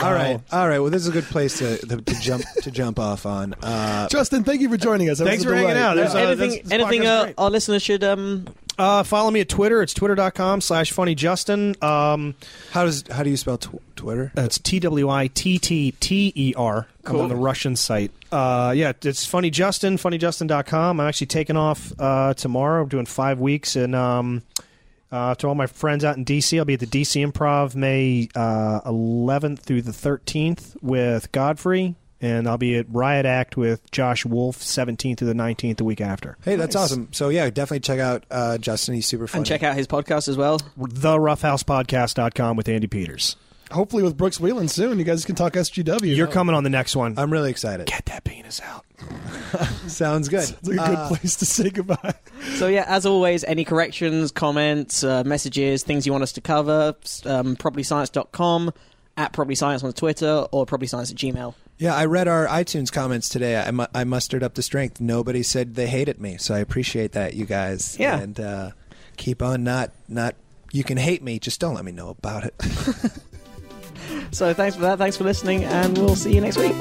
All right. All right. Well, this is a good place to, to, to jump to jump off on. Uh, Justin thank you for joining us That Thanks was a for hanging delight. out. There's, uh, anything this- this anything podcast is uh, great. our listeners should. um Uh, follow me at Twitter. It's twitter.com slash funny Justin. Um, how does how do you spell tw- Twitter? it's T W I T T T E R. I'm on the Russian site. Uh, yeah, it's funny Justin, funnyjustin.com. I'm actually taking off uh, tomorrow. I'm doing five weeks. And um, uh, to all my friends out in D.C., I'll be at the D.C. Improv May uh, 11th through the 13th with Godfrey. And I'll be at Riot Act with Josh Wolf 17th through the 19th the week after. Hey, that's awesome. So yeah, definitely check out uh, Justin. He's super funny. And check out his podcast as well. TheRoughhousePodcast.com with Andy Peters. hopefully with Brooks Whelan soon you guys can talk SGW You're coming on the next one. I'm really excited. Get that penis out. Sounds good. it's like a Uh, good place to say goodbye So yeah, as always, any corrections, comments, uh, messages, things you want us to cover, s- um, probablyscience.com. at Probably Science on Twitter or Probably Science at Gmail. Yeah, I read our iTunes comments today. I, mu- I mustered up the strength. Nobody said they hated me, so I appreciate that, you guys. Yeah. and uh, keep on not not. You can hate me, just don't let me know about it. So thanks for that. Thanks for listening, and we'll see you next week.